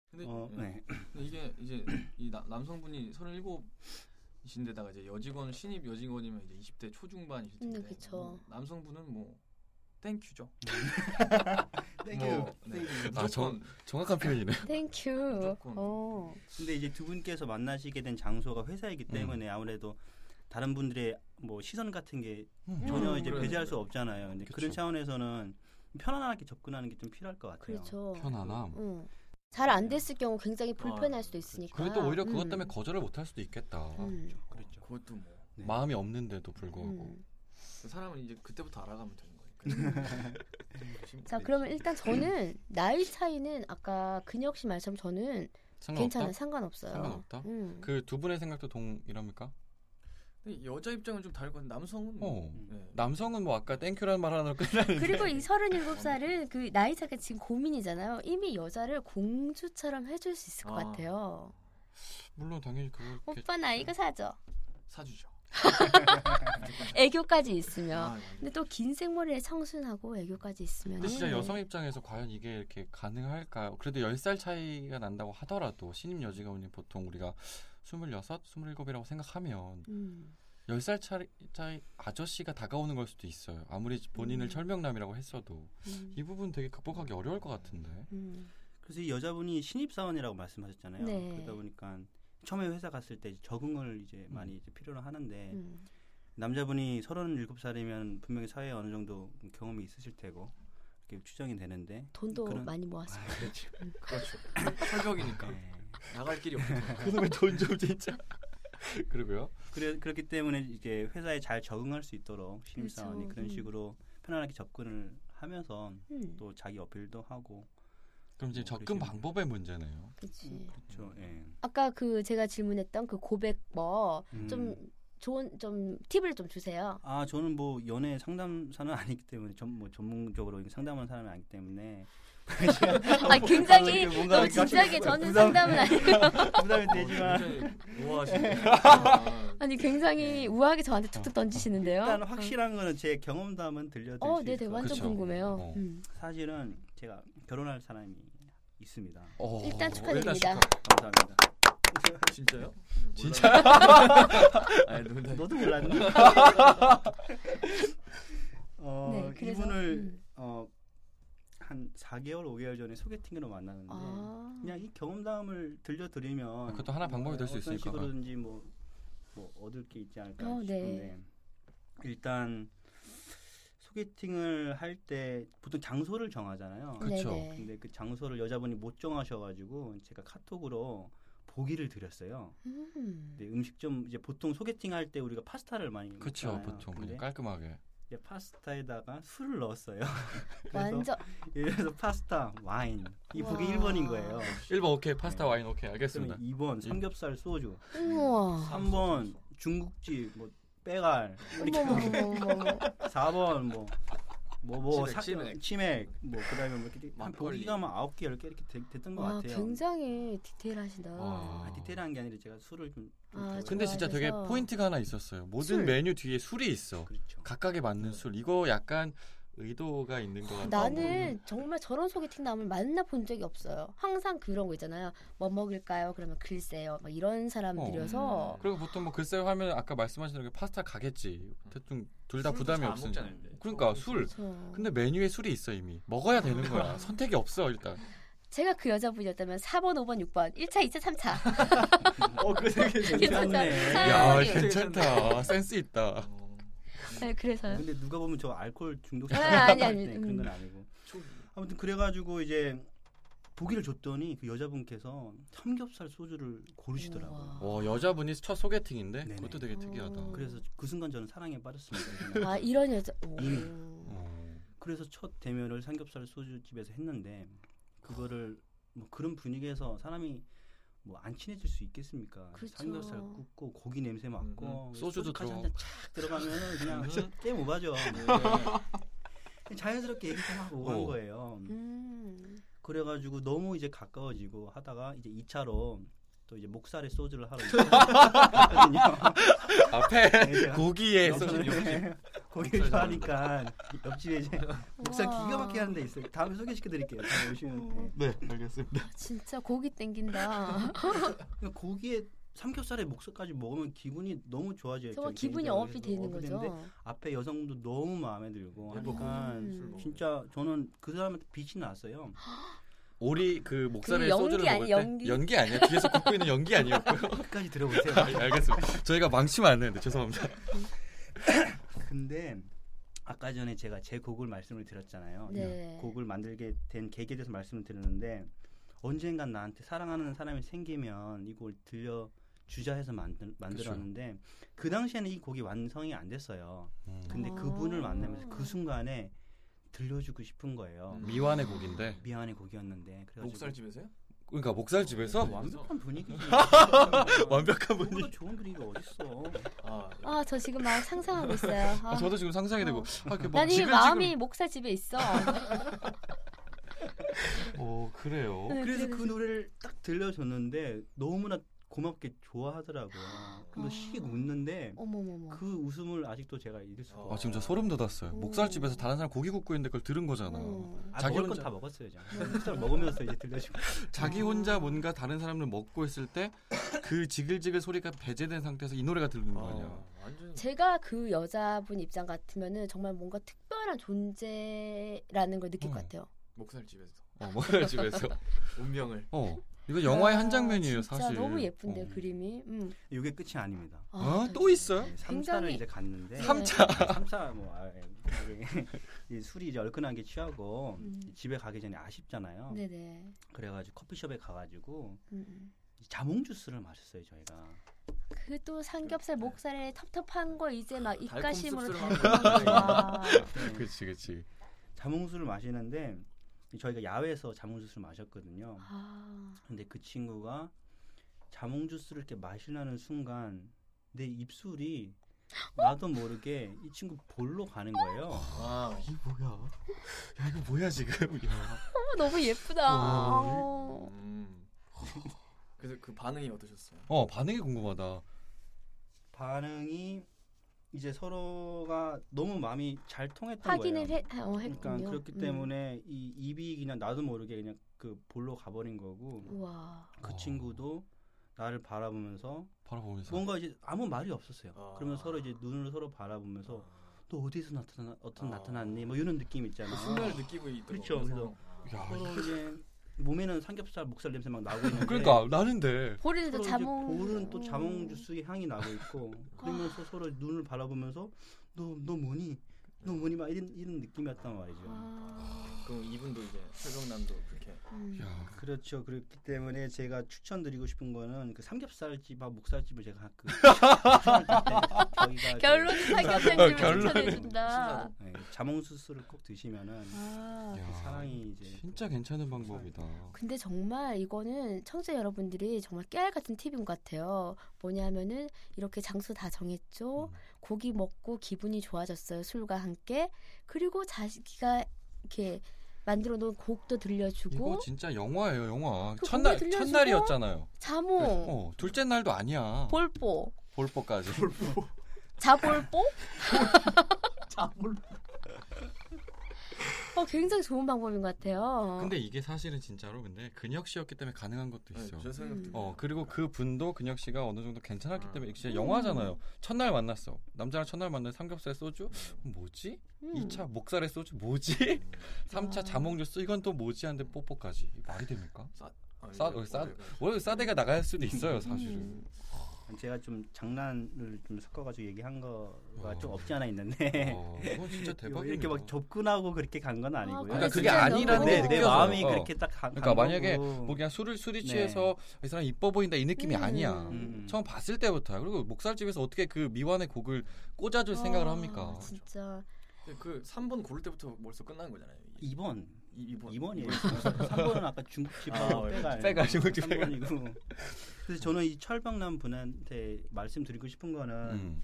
[SPEAKER 9] 근데,
[SPEAKER 4] 어,
[SPEAKER 9] 음.
[SPEAKER 4] 네.
[SPEAKER 9] 근데 이게 이제 이 나- 남성분이 37이신데다가 이제 여직원 신입 여직원이면 이제 20대 초중반이실
[SPEAKER 2] 음,
[SPEAKER 9] 텐데
[SPEAKER 2] 그쵸.
[SPEAKER 9] 음, 남성분은 뭐 땡큐죠.
[SPEAKER 4] 땡큐.
[SPEAKER 9] 뭐, 네.
[SPEAKER 4] 땡큐.
[SPEAKER 3] 아, 저-
[SPEAKER 9] 무조건
[SPEAKER 3] 정확한 표현이네요.
[SPEAKER 2] 땡큐.
[SPEAKER 9] 무조건.
[SPEAKER 2] 어.
[SPEAKER 4] 근데 이제 두 분께서 만나시게 된 장소가 회사이기 때문에 아무래도 다른 분들의 뭐 시선 같은 게 전혀
[SPEAKER 2] 음.
[SPEAKER 4] 이제
[SPEAKER 9] 그래요,
[SPEAKER 4] 배제할 수
[SPEAKER 9] 그래요.
[SPEAKER 4] 없잖아요. 근데 그런
[SPEAKER 3] 그쵸.
[SPEAKER 4] 차원에서는 편안하게 접근하는 게 좀 필요할 것 같아요.
[SPEAKER 2] 그렇죠.
[SPEAKER 3] 편안함.
[SPEAKER 2] 응. 잘안 됐을 경우 굉장히 불편할
[SPEAKER 9] 아,
[SPEAKER 4] 그렇죠.
[SPEAKER 2] 수도 있으니까.
[SPEAKER 3] 그래도 오히려 그것
[SPEAKER 2] 음.
[SPEAKER 3] 때문에 거절을 못 할 수도 있겠다.
[SPEAKER 2] 음.
[SPEAKER 4] 그렇죠.
[SPEAKER 9] 그것도 뭐
[SPEAKER 4] 네.
[SPEAKER 3] 마음이 없는데도 불구하고.
[SPEAKER 2] 음.
[SPEAKER 9] 사람은 이제 그때부터 알아가면 되는 네, 거니까.
[SPEAKER 2] 자,
[SPEAKER 3] 그렇죠.
[SPEAKER 2] 그러면 일단 저는 나이 차이는 아까 근혁 씨 말씀 저는
[SPEAKER 3] 음. 상관없다.
[SPEAKER 2] 괜찮아요. 상관없어요.
[SPEAKER 3] 상관없다?
[SPEAKER 2] 음.
[SPEAKER 3] 그 두 분의 생각도 동일합니까?
[SPEAKER 9] 근데 여자 입장은 좀 다를 건데 남성은 뭐,
[SPEAKER 3] 어.
[SPEAKER 9] 네.
[SPEAKER 3] 남성은 뭐 아까 땡큐라는 말 하나로 끝나는.
[SPEAKER 2] 음. 그리고 이 37살은 그 나이 차가 지금 고민이잖아요. 이미 여자를 공주처럼 해줄 수 있을 것
[SPEAKER 9] 아.
[SPEAKER 2] 같아요.
[SPEAKER 3] 물론 당연히 그렇게 네.
[SPEAKER 2] 오빠 나이가 사죠.
[SPEAKER 9] 사주죠.
[SPEAKER 2] 애교까지 있으면.
[SPEAKER 9] 아, 맞아.
[SPEAKER 2] 근데 또 긴 생머리에 청순하고 애교까지 있으면.
[SPEAKER 3] 근데 그 진짜 여성 입장에서 과연 이게 이렇게 가능할까요? 그래도 10살 차이가 난다고 하더라도 신입 여직원이 보통 우리가 26, 27이라고 생각하면
[SPEAKER 2] 음.
[SPEAKER 3] 10살 차이, 차이 아저씨가 다가오는 걸 수도 있어요. 아무리 본인을
[SPEAKER 2] 음.
[SPEAKER 3] 철명남이라고 했어도
[SPEAKER 2] 음.
[SPEAKER 3] 이 부분 되게 극복하기 어려울 것 같은데.
[SPEAKER 2] 음.
[SPEAKER 4] 그래서 이 여자분이 신입 사원이라고 말씀하셨잖아요.
[SPEAKER 2] 네.
[SPEAKER 4] 그러다 보니까 처음에 회사 갔을 때 적응을 이제
[SPEAKER 3] 음.
[SPEAKER 4] 많이 이제 필요로 하는데
[SPEAKER 2] 음.
[SPEAKER 4] 남자분이 37살이면 분명히 사회에 어느 정도 경험이 있으실 테고 이렇게 추정이 되는데
[SPEAKER 2] 돈도
[SPEAKER 4] 그런-
[SPEAKER 2] 많이
[SPEAKER 3] 아,
[SPEAKER 2] 모았어요.
[SPEAKER 4] 그렇죠.
[SPEAKER 9] 그렇죠. 철벽이니까
[SPEAKER 4] 네.
[SPEAKER 9] 나갈 길이 없죠.
[SPEAKER 3] 그놈의 돈 좀 진짜. 그리고요.
[SPEAKER 4] 그래, 그렇기 때문에 이제 회사에 잘 적응할 수 있도록
[SPEAKER 2] 그렇죠.
[SPEAKER 4] 신입사원이 그런
[SPEAKER 2] 음.
[SPEAKER 4] 식으로 편안하게 접근을 하면서
[SPEAKER 2] 음.
[SPEAKER 4] 또 자기 어필도 하고
[SPEAKER 3] 그럼 이제
[SPEAKER 4] 뭐
[SPEAKER 3] 접근
[SPEAKER 4] 그러시면-
[SPEAKER 3] 방법의 문제네요.
[SPEAKER 2] 그치.
[SPEAKER 4] 그렇죠. 예.
[SPEAKER 2] 아까 그 제가 질문했던 그 고백 뭐 좀
[SPEAKER 4] 음.
[SPEAKER 2] 좋은 좀 팁을 좀 주세요.
[SPEAKER 4] 아 저는 뭐 연애 상담사는 아니기 때문에 전 뭐 전문적으로 상담하는 사람이 아니기 때문에
[SPEAKER 2] 아 굉장히
[SPEAKER 4] 뭐 이렇게 뭔가
[SPEAKER 2] 너무
[SPEAKER 4] 이렇게
[SPEAKER 2] 진지하게
[SPEAKER 4] 하시는
[SPEAKER 2] 저는
[SPEAKER 4] 거예요.
[SPEAKER 2] 상담은 아니
[SPEAKER 4] 부담이
[SPEAKER 2] 아,
[SPEAKER 4] 되지만
[SPEAKER 2] 네.
[SPEAKER 9] 뭐하시는
[SPEAKER 2] 아니 굉장히 우아하게 저한테 툭툭 던지시는데요.
[SPEAKER 4] 일단 확실한 거는 제 경험담은 들려드릴
[SPEAKER 2] 어, 네,
[SPEAKER 4] 수
[SPEAKER 2] 네,
[SPEAKER 4] 있을 것
[SPEAKER 2] 완전
[SPEAKER 4] 같아요.
[SPEAKER 3] 그쵸.
[SPEAKER 2] 궁금해요.
[SPEAKER 3] 어.
[SPEAKER 2] 음.
[SPEAKER 4] 사실은 제가 결혼할 사람이 있습니다.
[SPEAKER 3] 어,
[SPEAKER 2] 일단 축하드립니다.
[SPEAKER 4] 감사합니다.
[SPEAKER 9] 진짜요?
[SPEAKER 3] 진짜?
[SPEAKER 9] 아니
[SPEAKER 2] 네.
[SPEAKER 9] 농담.
[SPEAKER 4] 너도 몰랐니? 어, 이분을
[SPEAKER 2] 음.
[SPEAKER 4] 어, 한 4개월, 5개월 전에 소개팅으로 만났는데
[SPEAKER 2] 아.
[SPEAKER 4] 그냥 이 경험담을 들려드리면
[SPEAKER 3] 그것도 하나 방법이 될수
[SPEAKER 4] 어떤
[SPEAKER 3] 있으니까.
[SPEAKER 4] 식으로든지 뭐, 뭐 얻을 게 있지 않을까
[SPEAKER 2] 어, 네.
[SPEAKER 4] 싶은데 일단 소개팅을 할 때 보통 장소를 정하잖아요.
[SPEAKER 3] 그- 그쵸.
[SPEAKER 2] 네네.
[SPEAKER 4] 근데 그 장소를 여자분이 못 정하셔가지고 제가 카톡으로 보기를 드렸어요.
[SPEAKER 2] 음.
[SPEAKER 4] 근데 네, 음식점 이제 보통 소개팅 할 때 우리가 파스타를 많이
[SPEAKER 3] 그렇죠.
[SPEAKER 4] 먹잖아요.
[SPEAKER 3] 보통
[SPEAKER 4] 근데
[SPEAKER 3] 그냥 깔끔하게.
[SPEAKER 4] 이제 파스타에다가 술을 넣었어요. 그래서
[SPEAKER 2] 완전
[SPEAKER 4] 예를 들어서 파스타, 와인. 이 보기
[SPEAKER 2] 와.
[SPEAKER 4] 1번인 거예요.
[SPEAKER 3] 1번 오케이. 파스타
[SPEAKER 4] 네.
[SPEAKER 3] 와인 오케이. 알겠습니다. 예.
[SPEAKER 4] 그러면 2번 삼겹살 소주,
[SPEAKER 9] 아,
[SPEAKER 2] 우와.
[SPEAKER 4] 3번 중국집 뭐 빼갈, 이렇게
[SPEAKER 2] 어머, 어머, 어머, 어머.
[SPEAKER 4] 4번 뭐 뭐뭐
[SPEAKER 9] 치맥, 치맥.
[SPEAKER 4] 치맥 뭐 그다음에 뭐 이렇게 한
[SPEAKER 9] 막걸리.
[SPEAKER 4] 보기가 막 아홉 개 열 개 이렇게 되- 됐던 것
[SPEAKER 2] 와,
[SPEAKER 4] 같아요.
[SPEAKER 2] 굉장히 디테일하시다.
[SPEAKER 3] 와.
[SPEAKER 4] 아, 디테일한 게 아니라 제가 술을 좀, 좀
[SPEAKER 2] 아,
[SPEAKER 4] 덜-
[SPEAKER 3] 근데 진짜 되게
[SPEAKER 2] 좋아해서.
[SPEAKER 3] 포인트가 하나 있었어요. 모든
[SPEAKER 2] 술.
[SPEAKER 3] 메뉴 뒤에 술이 있어.
[SPEAKER 4] 그렇죠.
[SPEAKER 3] 각각에 맞는 술. 이거 약간 의도가 있는 것 같아요. 네.
[SPEAKER 2] 나는 정말 저런 소개팅 남을 만나 본 적이 없어요. 항상 그런 거 있잖아요. 뭐 먹을까요? 그러면 글쎄요. 막 이런 사람들이어서
[SPEAKER 3] 그리고 보통 뭐 글쎄요 하면 아까 말씀하신 대로 파스타 가겠지. 대충 둘 다 부담이
[SPEAKER 9] 없으니
[SPEAKER 3] 없으니까.
[SPEAKER 9] 까
[SPEAKER 3] 그러니까 술.
[SPEAKER 2] 저
[SPEAKER 3] 근데 메뉴에 술이 있어 이미. 먹어야 되는 거야. 선택이 없어 일단.
[SPEAKER 2] 제가 그 여자분이었다면 4번, 5번, 6번, 1차, 2차, 3차.
[SPEAKER 9] 어 그게
[SPEAKER 2] 괜찮네.
[SPEAKER 3] 야
[SPEAKER 2] 아니.
[SPEAKER 3] 괜찮다. 센스
[SPEAKER 9] 어,
[SPEAKER 3] 있다.
[SPEAKER 2] 네, 그래서요.
[SPEAKER 4] 근데 누가 보면 저 알코올 중독
[SPEAKER 2] 아, 아니, 아니.
[SPEAKER 4] 네, 그런 건 아니고 아무튼 그래가지고 이제 보기를 줬더니 그 여자분께서 삼겹살 소주를 고르시더라고요.
[SPEAKER 2] 우와.
[SPEAKER 3] 와 여자분이 첫 소개팅인데
[SPEAKER 4] 네네.
[SPEAKER 3] 그것도 되게 특이하다.
[SPEAKER 2] 어.
[SPEAKER 4] 그래서 그 순간 저는 사랑에 빠졌습니다.
[SPEAKER 2] 아 이런 여자. 오.
[SPEAKER 3] 어.
[SPEAKER 4] 그래서 첫 대면을 삼겹살 소주집에서 했는데 그거를 뭐 그런 분위기에서 사람이 뭐 안 친해질 수 있겠습니까?
[SPEAKER 2] 그렇죠.
[SPEAKER 4] 삼겹살 굽고 고기 냄새 맡고
[SPEAKER 3] 음, 소주도
[SPEAKER 4] 소주까지
[SPEAKER 3] 들어가고.
[SPEAKER 4] 한잔착 들어가면 그냥
[SPEAKER 9] 음.
[SPEAKER 4] 게임 오바죠. 뭐. 자연스럽게 얘기가 막 오간
[SPEAKER 3] 어.
[SPEAKER 4] 거예요.
[SPEAKER 2] 음.
[SPEAKER 4] 그래가지고 너무 이제 가까워지고 하다가 이제 2차로 또 이제 목살에 소주를 하러 갔거든요.
[SPEAKER 3] 앞에 고기에
[SPEAKER 9] 옆집,
[SPEAKER 3] 소주.
[SPEAKER 9] 옆집.
[SPEAKER 4] 거기를
[SPEAKER 9] 목살
[SPEAKER 4] 좋아하니까 옆집에 이제 목살
[SPEAKER 2] 우와. 어.
[SPEAKER 4] 기가 막히게 하는 데 있어요. 다음에 소개시켜드릴게요. 다음에 오시면. 네.
[SPEAKER 3] 네 알겠습니다.
[SPEAKER 2] 진짜 고기 땡긴다.
[SPEAKER 4] 그러니까 고기에 삼겹살에 목살까지 먹으면 기분이 너무
[SPEAKER 3] 네,
[SPEAKER 4] 좋아져요.
[SPEAKER 2] 정말
[SPEAKER 4] 저는
[SPEAKER 2] 기분이
[SPEAKER 4] 개인적으로.
[SPEAKER 2] 업이
[SPEAKER 4] 그래서
[SPEAKER 2] 되는
[SPEAKER 4] 업이 되는데
[SPEAKER 2] 거죠.
[SPEAKER 4] 앞에 여성분도 너무 마음에 들고
[SPEAKER 9] 예뻐
[SPEAKER 4] 하니까
[SPEAKER 2] 보이고.
[SPEAKER 4] 진짜 저는 그 사람한테 빛이 났어요.
[SPEAKER 3] 오리 그 목살에
[SPEAKER 2] 그 연기
[SPEAKER 3] 소주를
[SPEAKER 2] 아니-
[SPEAKER 3] 먹을 때
[SPEAKER 2] 연기?
[SPEAKER 3] 아니야 뒤에서 굽고 있는 연기 아니었고요.
[SPEAKER 4] 끝까지 들어보세요.
[SPEAKER 3] 아, 예, 알겠습니다. 저희가 망치면 안 되는데 죄송합니다.
[SPEAKER 4] 근데 아까 전에 제가 제 곡을 말씀을 드렸잖아요.
[SPEAKER 2] 네.
[SPEAKER 4] 곡을 만들게 된 계기에 대해서 말씀을 드렸는데 언젠간 나한테 사랑하는 사람이 생기면 이 곡을 들려 주자 해서 만들, 만들었는데 그 당시에는 이 곡이 완성이 안 됐어요.
[SPEAKER 3] 음.
[SPEAKER 4] 근데
[SPEAKER 2] 아.
[SPEAKER 4] 그분을 만나면서 그 순간에 들려주고 싶은 거예요.
[SPEAKER 9] 음.
[SPEAKER 3] 미완의 곡인데
[SPEAKER 4] 미안해 곡이었는데 그래가지고
[SPEAKER 9] 목살집에서요?
[SPEAKER 3] 그러니까 목살 집에서
[SPEAKER 4] 완벽한 분위기지.
[SPEAKER 3] 완벽한
[SPEAKER 4] 그거보다
[SPEAKER 3] 분위기.
[SPEAKER 4] 좋은 분위기가 어딨어.
[SPEAKER 9] 아,
[SPEAKER 2] 아 저 지금 막 상상하고 있어요.
[SPEAKER 3] 아,
[SPEAKER 2] 아,
[SPEAKER 3] 저도 지금 상상이 되고 아, 이렇게 막
[SPEAKER 2] 난 이미
[SPEAKER 3] 지금
[SPEAKER 2] 마음이 목살 집에 있어.
[SPEAKER 3] 지금 오 어, 그래요.
[SPEAKER 2] 네,
[SPEAKER 4] 그래서 그 노래를 딱 들려줬는데 너무나 고맙게 좋아하더라고요. 근데
[SPEAKER 2] 아.
[SPEAKER 4] 씩 웃는데
[SPEAKER 2] 어머머머.
[SPEAKER 4] 그 웃음을 아직도 제가 잊을 수가
[SPEAKER 3] 아
[SPEAKER 4] 없어요.
[SPEAKER 3] 지금 저 소름 돋았어요.
[SPEAKER 2] 오.
[SPEAKER 3] 목살 집에서 다른 사람 고기 굽고 있는데 그걸 들은 거잖아요.
[SPEAKER 2] 어.
[SPEAKER 4] 아,
[SPEAKER 3] 자기
[SPEAKER 4] 먹을
[SPEAKER 3] 혼자-
[SPEAKER 4] 건다 먹었어요, 제가. 삼겹살 먹으면서 이제 들려주고.
[SPEAKER 3] 자기
[SPEAKER 2] 음.
[SPEAKER 3] 혼자 뭔가 다른 사람을 먹고 있을 때 그 지글지글 소리가 배제된 상태에서 이 노래가 들리는 거 아니야.
[SPEAKER 9] 아, 완전
[SPEAKER 2] 제가 그 여자분 입장 같으면은 정말 뭔가 특별한 존재라는 걸 느낄
[SPEAKER 3] 어.
[SPEAKER 2] 것 같아요.
[SPEAKER 9] 목살집에서
[SPEAKER 3] 어, 목살 집에서.
[SPEAKER 9] 운명을
[SPEAKER 3] 어. 이거 영화의
[SPEAKER 2] 아,
[SPEAKER 3] 한 장면이에요,
[SPEAKER 2] 진짜
[SPEAKER 3] 사실.
[SPEAKER 2] 너무 예쁜데 요
[SPEAKER 3] 어.
[SPEAKER 2] 그림이. 음.
[SPEAKER 4] 이게 끝이 아닙니다.
[SPEAKER 3] 아, 또 있어요?
[SPEAKER 4] 네, 3차를
[SPEAKER 2] 굉장히-
[SPEAKER 4] 이제 갔는데
[SPEAKER 2] 삼-
[SPEAKER 4] 3차, 뭐 아, 예. 이 술이 이제 얼큰하게 취하고
[SPEAKER 2] 음.
[SPEAKER 4] 집에 가기 전에 아쉽잖아요.
[SPEAKER 2] 네네.
[SPEAKER 4] 그래가지고 커피숍에 가가지고
[SPEAKER 2] 음.
[SPEAKER 4] 자몽 주스를 마셨어요 저희가.
[SPEAKER 2] 그 또
[SPEAKER 4] 네.
[SPEAKER 2] 삼겹살 목살에 텁텁한 거 이제
[SPEAKER 4] 아,
[SPEAKER 2] 막 입가심으로
[SPEAKER 9] 달콤
[SPEAKER 2] 다
[SPEAKER 9] 씁쓸한 거.
[SPEAKER 2] 먹는 거야.
[SPEAKER 4] 네.
[SPEAKER 3] 그렇지, 그렇지.
[SPEAKER 4] 자몽수를 마시는데 저희가 야외에서 자몽 주스를 마셨거든요.
[SPEAKER 2] 아,
[SPEAKER 4] 근데 그 친구가 자몽 주스를 이렇게 마시려는 순간 내 입술이 나도 모르게 이 친구 볼로 가는 거예요.
[SPEAKER 9] 와,
[SPEAKER 3] 이게 뭐야? 야 이거 뭐야 지금? 야.
[SPEAKER 2] 어, 너무 예쁘다.
[SPEAKER 3] 와.
[SPEAKER 2] 어.
[SPEAKER 9] 음. 그래서 그 반응이 어떠셨어요?
[SPEAKER 3] 어 반응이 궁금하다.
[SPEAKER 4] 반응이 이제 서로가 너무 마음이 잘 통했던
[SPEAKER 2] 확인을
[SPEAKER 4] 거예요.
[SPEAKER 2] 해, 어, 했군요.
[SPEAKER 4] 그러니까 그렇기
[SPEAKER 2] 음.
[SPEAKER 4] 때문에 이 입이 그냥 나도 모르게 그냥 그 볼로 가버린 거고
[SPEAKER 2] 음. 우와.
[SPEAKER 4] 그
[SPEAKER 3] 어.
[SPEAKER 4] 친구도 나를 바라보면서
[SPEAKER 3] 바라보면서
[SPEAKER 4] 뭔가 이제 아무 말이 없었어요.
[SPEAKER 9] 아.
[SPEAKER 4] 그러면 서로 이제 눈으로 서로 바라보면서 또 어디서 나타나 어떤
[SPEAKER 9] 아.
[SPEAKER 4] 나타났니 뭐 이런 느낌 있잖아.
[SPEAKER 9] 그 순간을 느끼고 있더라고요.
[SPEAKER 4] 그렇죠.
[SPEAKER 9] 그래서
[SPEAKER 3] 야
[SPEAKER 2] 어.
[SPEAKER 4] 서로 이제 몸에는 삼겹살 목살 냄새 막 나고 있는데
[SPEAKER 3] 그러니까 나는데
[SPEAKER 2] 보리도
[SPEAKER 4] 서로 이제
[SPEAKER 2] 자몽.
[SPEAKER 4] 볼은 또 자몽 주스의 향이 나고 있고 그러면서 서로 눈을 바라보면서 너 너 뭐니 너 뭐니 막 이런 이런 느낌이었단 말이죠.
[SPEAKER 2] 아,
[SPEAKER 9] 그럼 이분도 이제 설경남도 그렇게
[SPEAKER 2] 음.
[SPEAKER 3] 야
[SPEAKER 4] 그렇죠. 그렇기 때문에 제가 추천드리고 싶은 거는 그 삼겹살집하고 목살집을 제가 그 추천할 때 저희가 그,
[SPEAKER 2] 결론이
[SPEAKER 3] 아,
[SPEAKER 2] 삼겹살집을
[SPEAKER 3] 결론이.
[SPEAKER 2] 추천해준다.
[SPEAKER 9] 신사동.
[SPEAKER 4] 네, 자몽 수수를 꼭 드시면은
[SPEAKER 2] 아,
[SPEAKER 4] 그 사랑이 이제
[SPEAKER 3] 진짜 괜찮은 방법이다.
[SPEAKER 2] 근데 정말 이거는 청취자 여러분들이 정말 깨알 같은 팁인 것 같아요. 뭐냐면은 이렇게 장소 다 정했죠.
[SPEAKER 3] 음.
[SPEAKER 2] 고기 먹고 기분이 좋아졌어요. 술과 함께. 그리고 자식이가 이렇게 만들어 놓은 곡도
[SPEAKER 3] 이거
[SPEAKER 2] 들려주고
[SPEAKER 3] 진짜 영화예요 영화.
[SPEAKER 2] 그
[SPEAKER 3] 첫날
[SPEAKER 2] 곡을 들려주고
[SPEAKER 3] 첫날이었잖아요.
[SPEAKER 2] 자몽,
[SPEAKER 3] 어 둘째 날도 아니야.
[SPEAKER 2] 볼뽀,
[SPEAKER 3] 볼뽀까지.
[SPEAKER 2] 자볼뽀.
[SPEAKER 9] 자물로
[SPEAKER 2] 어, 굉장히 좋은 방법인 것 같아요.
[SPEAKER 3] 근데 이게 사실은 진짜로 근데 근혁 씨였기 때문에 가능한 것도 있어.
[SPEAKER 9] 저
[SPEAKER 2] 음.
[SPEAKER 9] 생각도
[SPEAKER 3] 어 그리고 그 분도 근혁 씨가 어느 정도 괜찮았기
[SPEAKER 9] 음.
[SPEAKER 2] 아.
[SPEAKER 3] 때문에 진짜
[SPEAKER 2] 음.
[SPEAKER 3] 영화잖아요. 첫날 만났어. 남자랑 첫날 만났는데 삼겹살 소주 뭐지?
[SPEAKER 2] 음.
[SPEAKER 3] 이 2차 목살에 소주
[SPEAKER 9] 음.
[SPEAKER 3] 뭐지? 3차
[SPEAKER 2] 아.
[SPEAKER 3] 자몽 주스 이건 또 뭐지? 하는데 뽀뽀까지 말이 됩니까? 싸-
[SPEAKER 9] 아, 이거
[SPEAKER 3] 싸-
[SPEAKER 9] 어려워요.
[SPEAKER 3] 원래 싸대가 나갈 수도 있어요 사실은.
[SPEAKER 2] 음.
[SPEAKER 4] 제가 좀 장난을 좀 섞어가지고 얘기한 거가
[SPEAKER 3] 어.
[SPEAKER 4] 좀 없지 않아
[SPEAKER 2] 음.
[SPEAKER 4] 있는데
[SPEAKER 3] 어, 이건 진짜 대박이네요.
[SPEAKER 4] 이렇게 막 접근하고 그렇게 간 건 아니고요.
[SPEAKER 3] 그러니까 그게
[SPEAKER 2] 진짜 너무-
[SPEAKER 3] 아니라는 게
[SPEAKER 4] 내, 내
[SPEAKER 3] 느껴져요.
[SPEAKER 4] 마음이
[SPEAKER 3] 어.
[SPEAKER 4] 그렇게 딱 간,
[SPEAKER 3] 그러니까
[SPEAKER 4] 간
[SPEAKER 3] 만약에
[SPEAKER 4] 거고.
[SPEAKER 3] 뭐 그냥 술을 술이 취해서 이 사람 이뻐 보인다 이 느낌이
[SPEAKER 2] 음.
[SPEAKER 3] 아니야.
[SPEAKER 4] 음.
[SPEAKER 3] 처음 봤을 때부터 그리고 목살집에서 어떻게 그 미완의 곡을 꽂아줄 생각을
[SPEAKER 2] 아,
[SPEAKER 3] 합니까?
[SPEAKER 2] 진짜.
[SPEAKER 9] 근데 그 3번 고를 때부터 벌써 끝난 거잖아요. 이,
[SPEAKER 4] 2번
[SPEAKER 9] 이, 2번.
[SPEAKER 4] 2번이에요. 3번은 아까
[SPEAKER 9] 아,
[SPEAKER 4] 중국집하고
[SPEAKER 9] 어,
[SPEAKER 4] 빼가
[SPEAKER 3] 빼가, 중국집 빼가.
[SPEAKER 4] 3번이고. 그래서 저는 이 철방남 분한테 말씀드리고 싶은 거는
[SPEAKER 3] 음.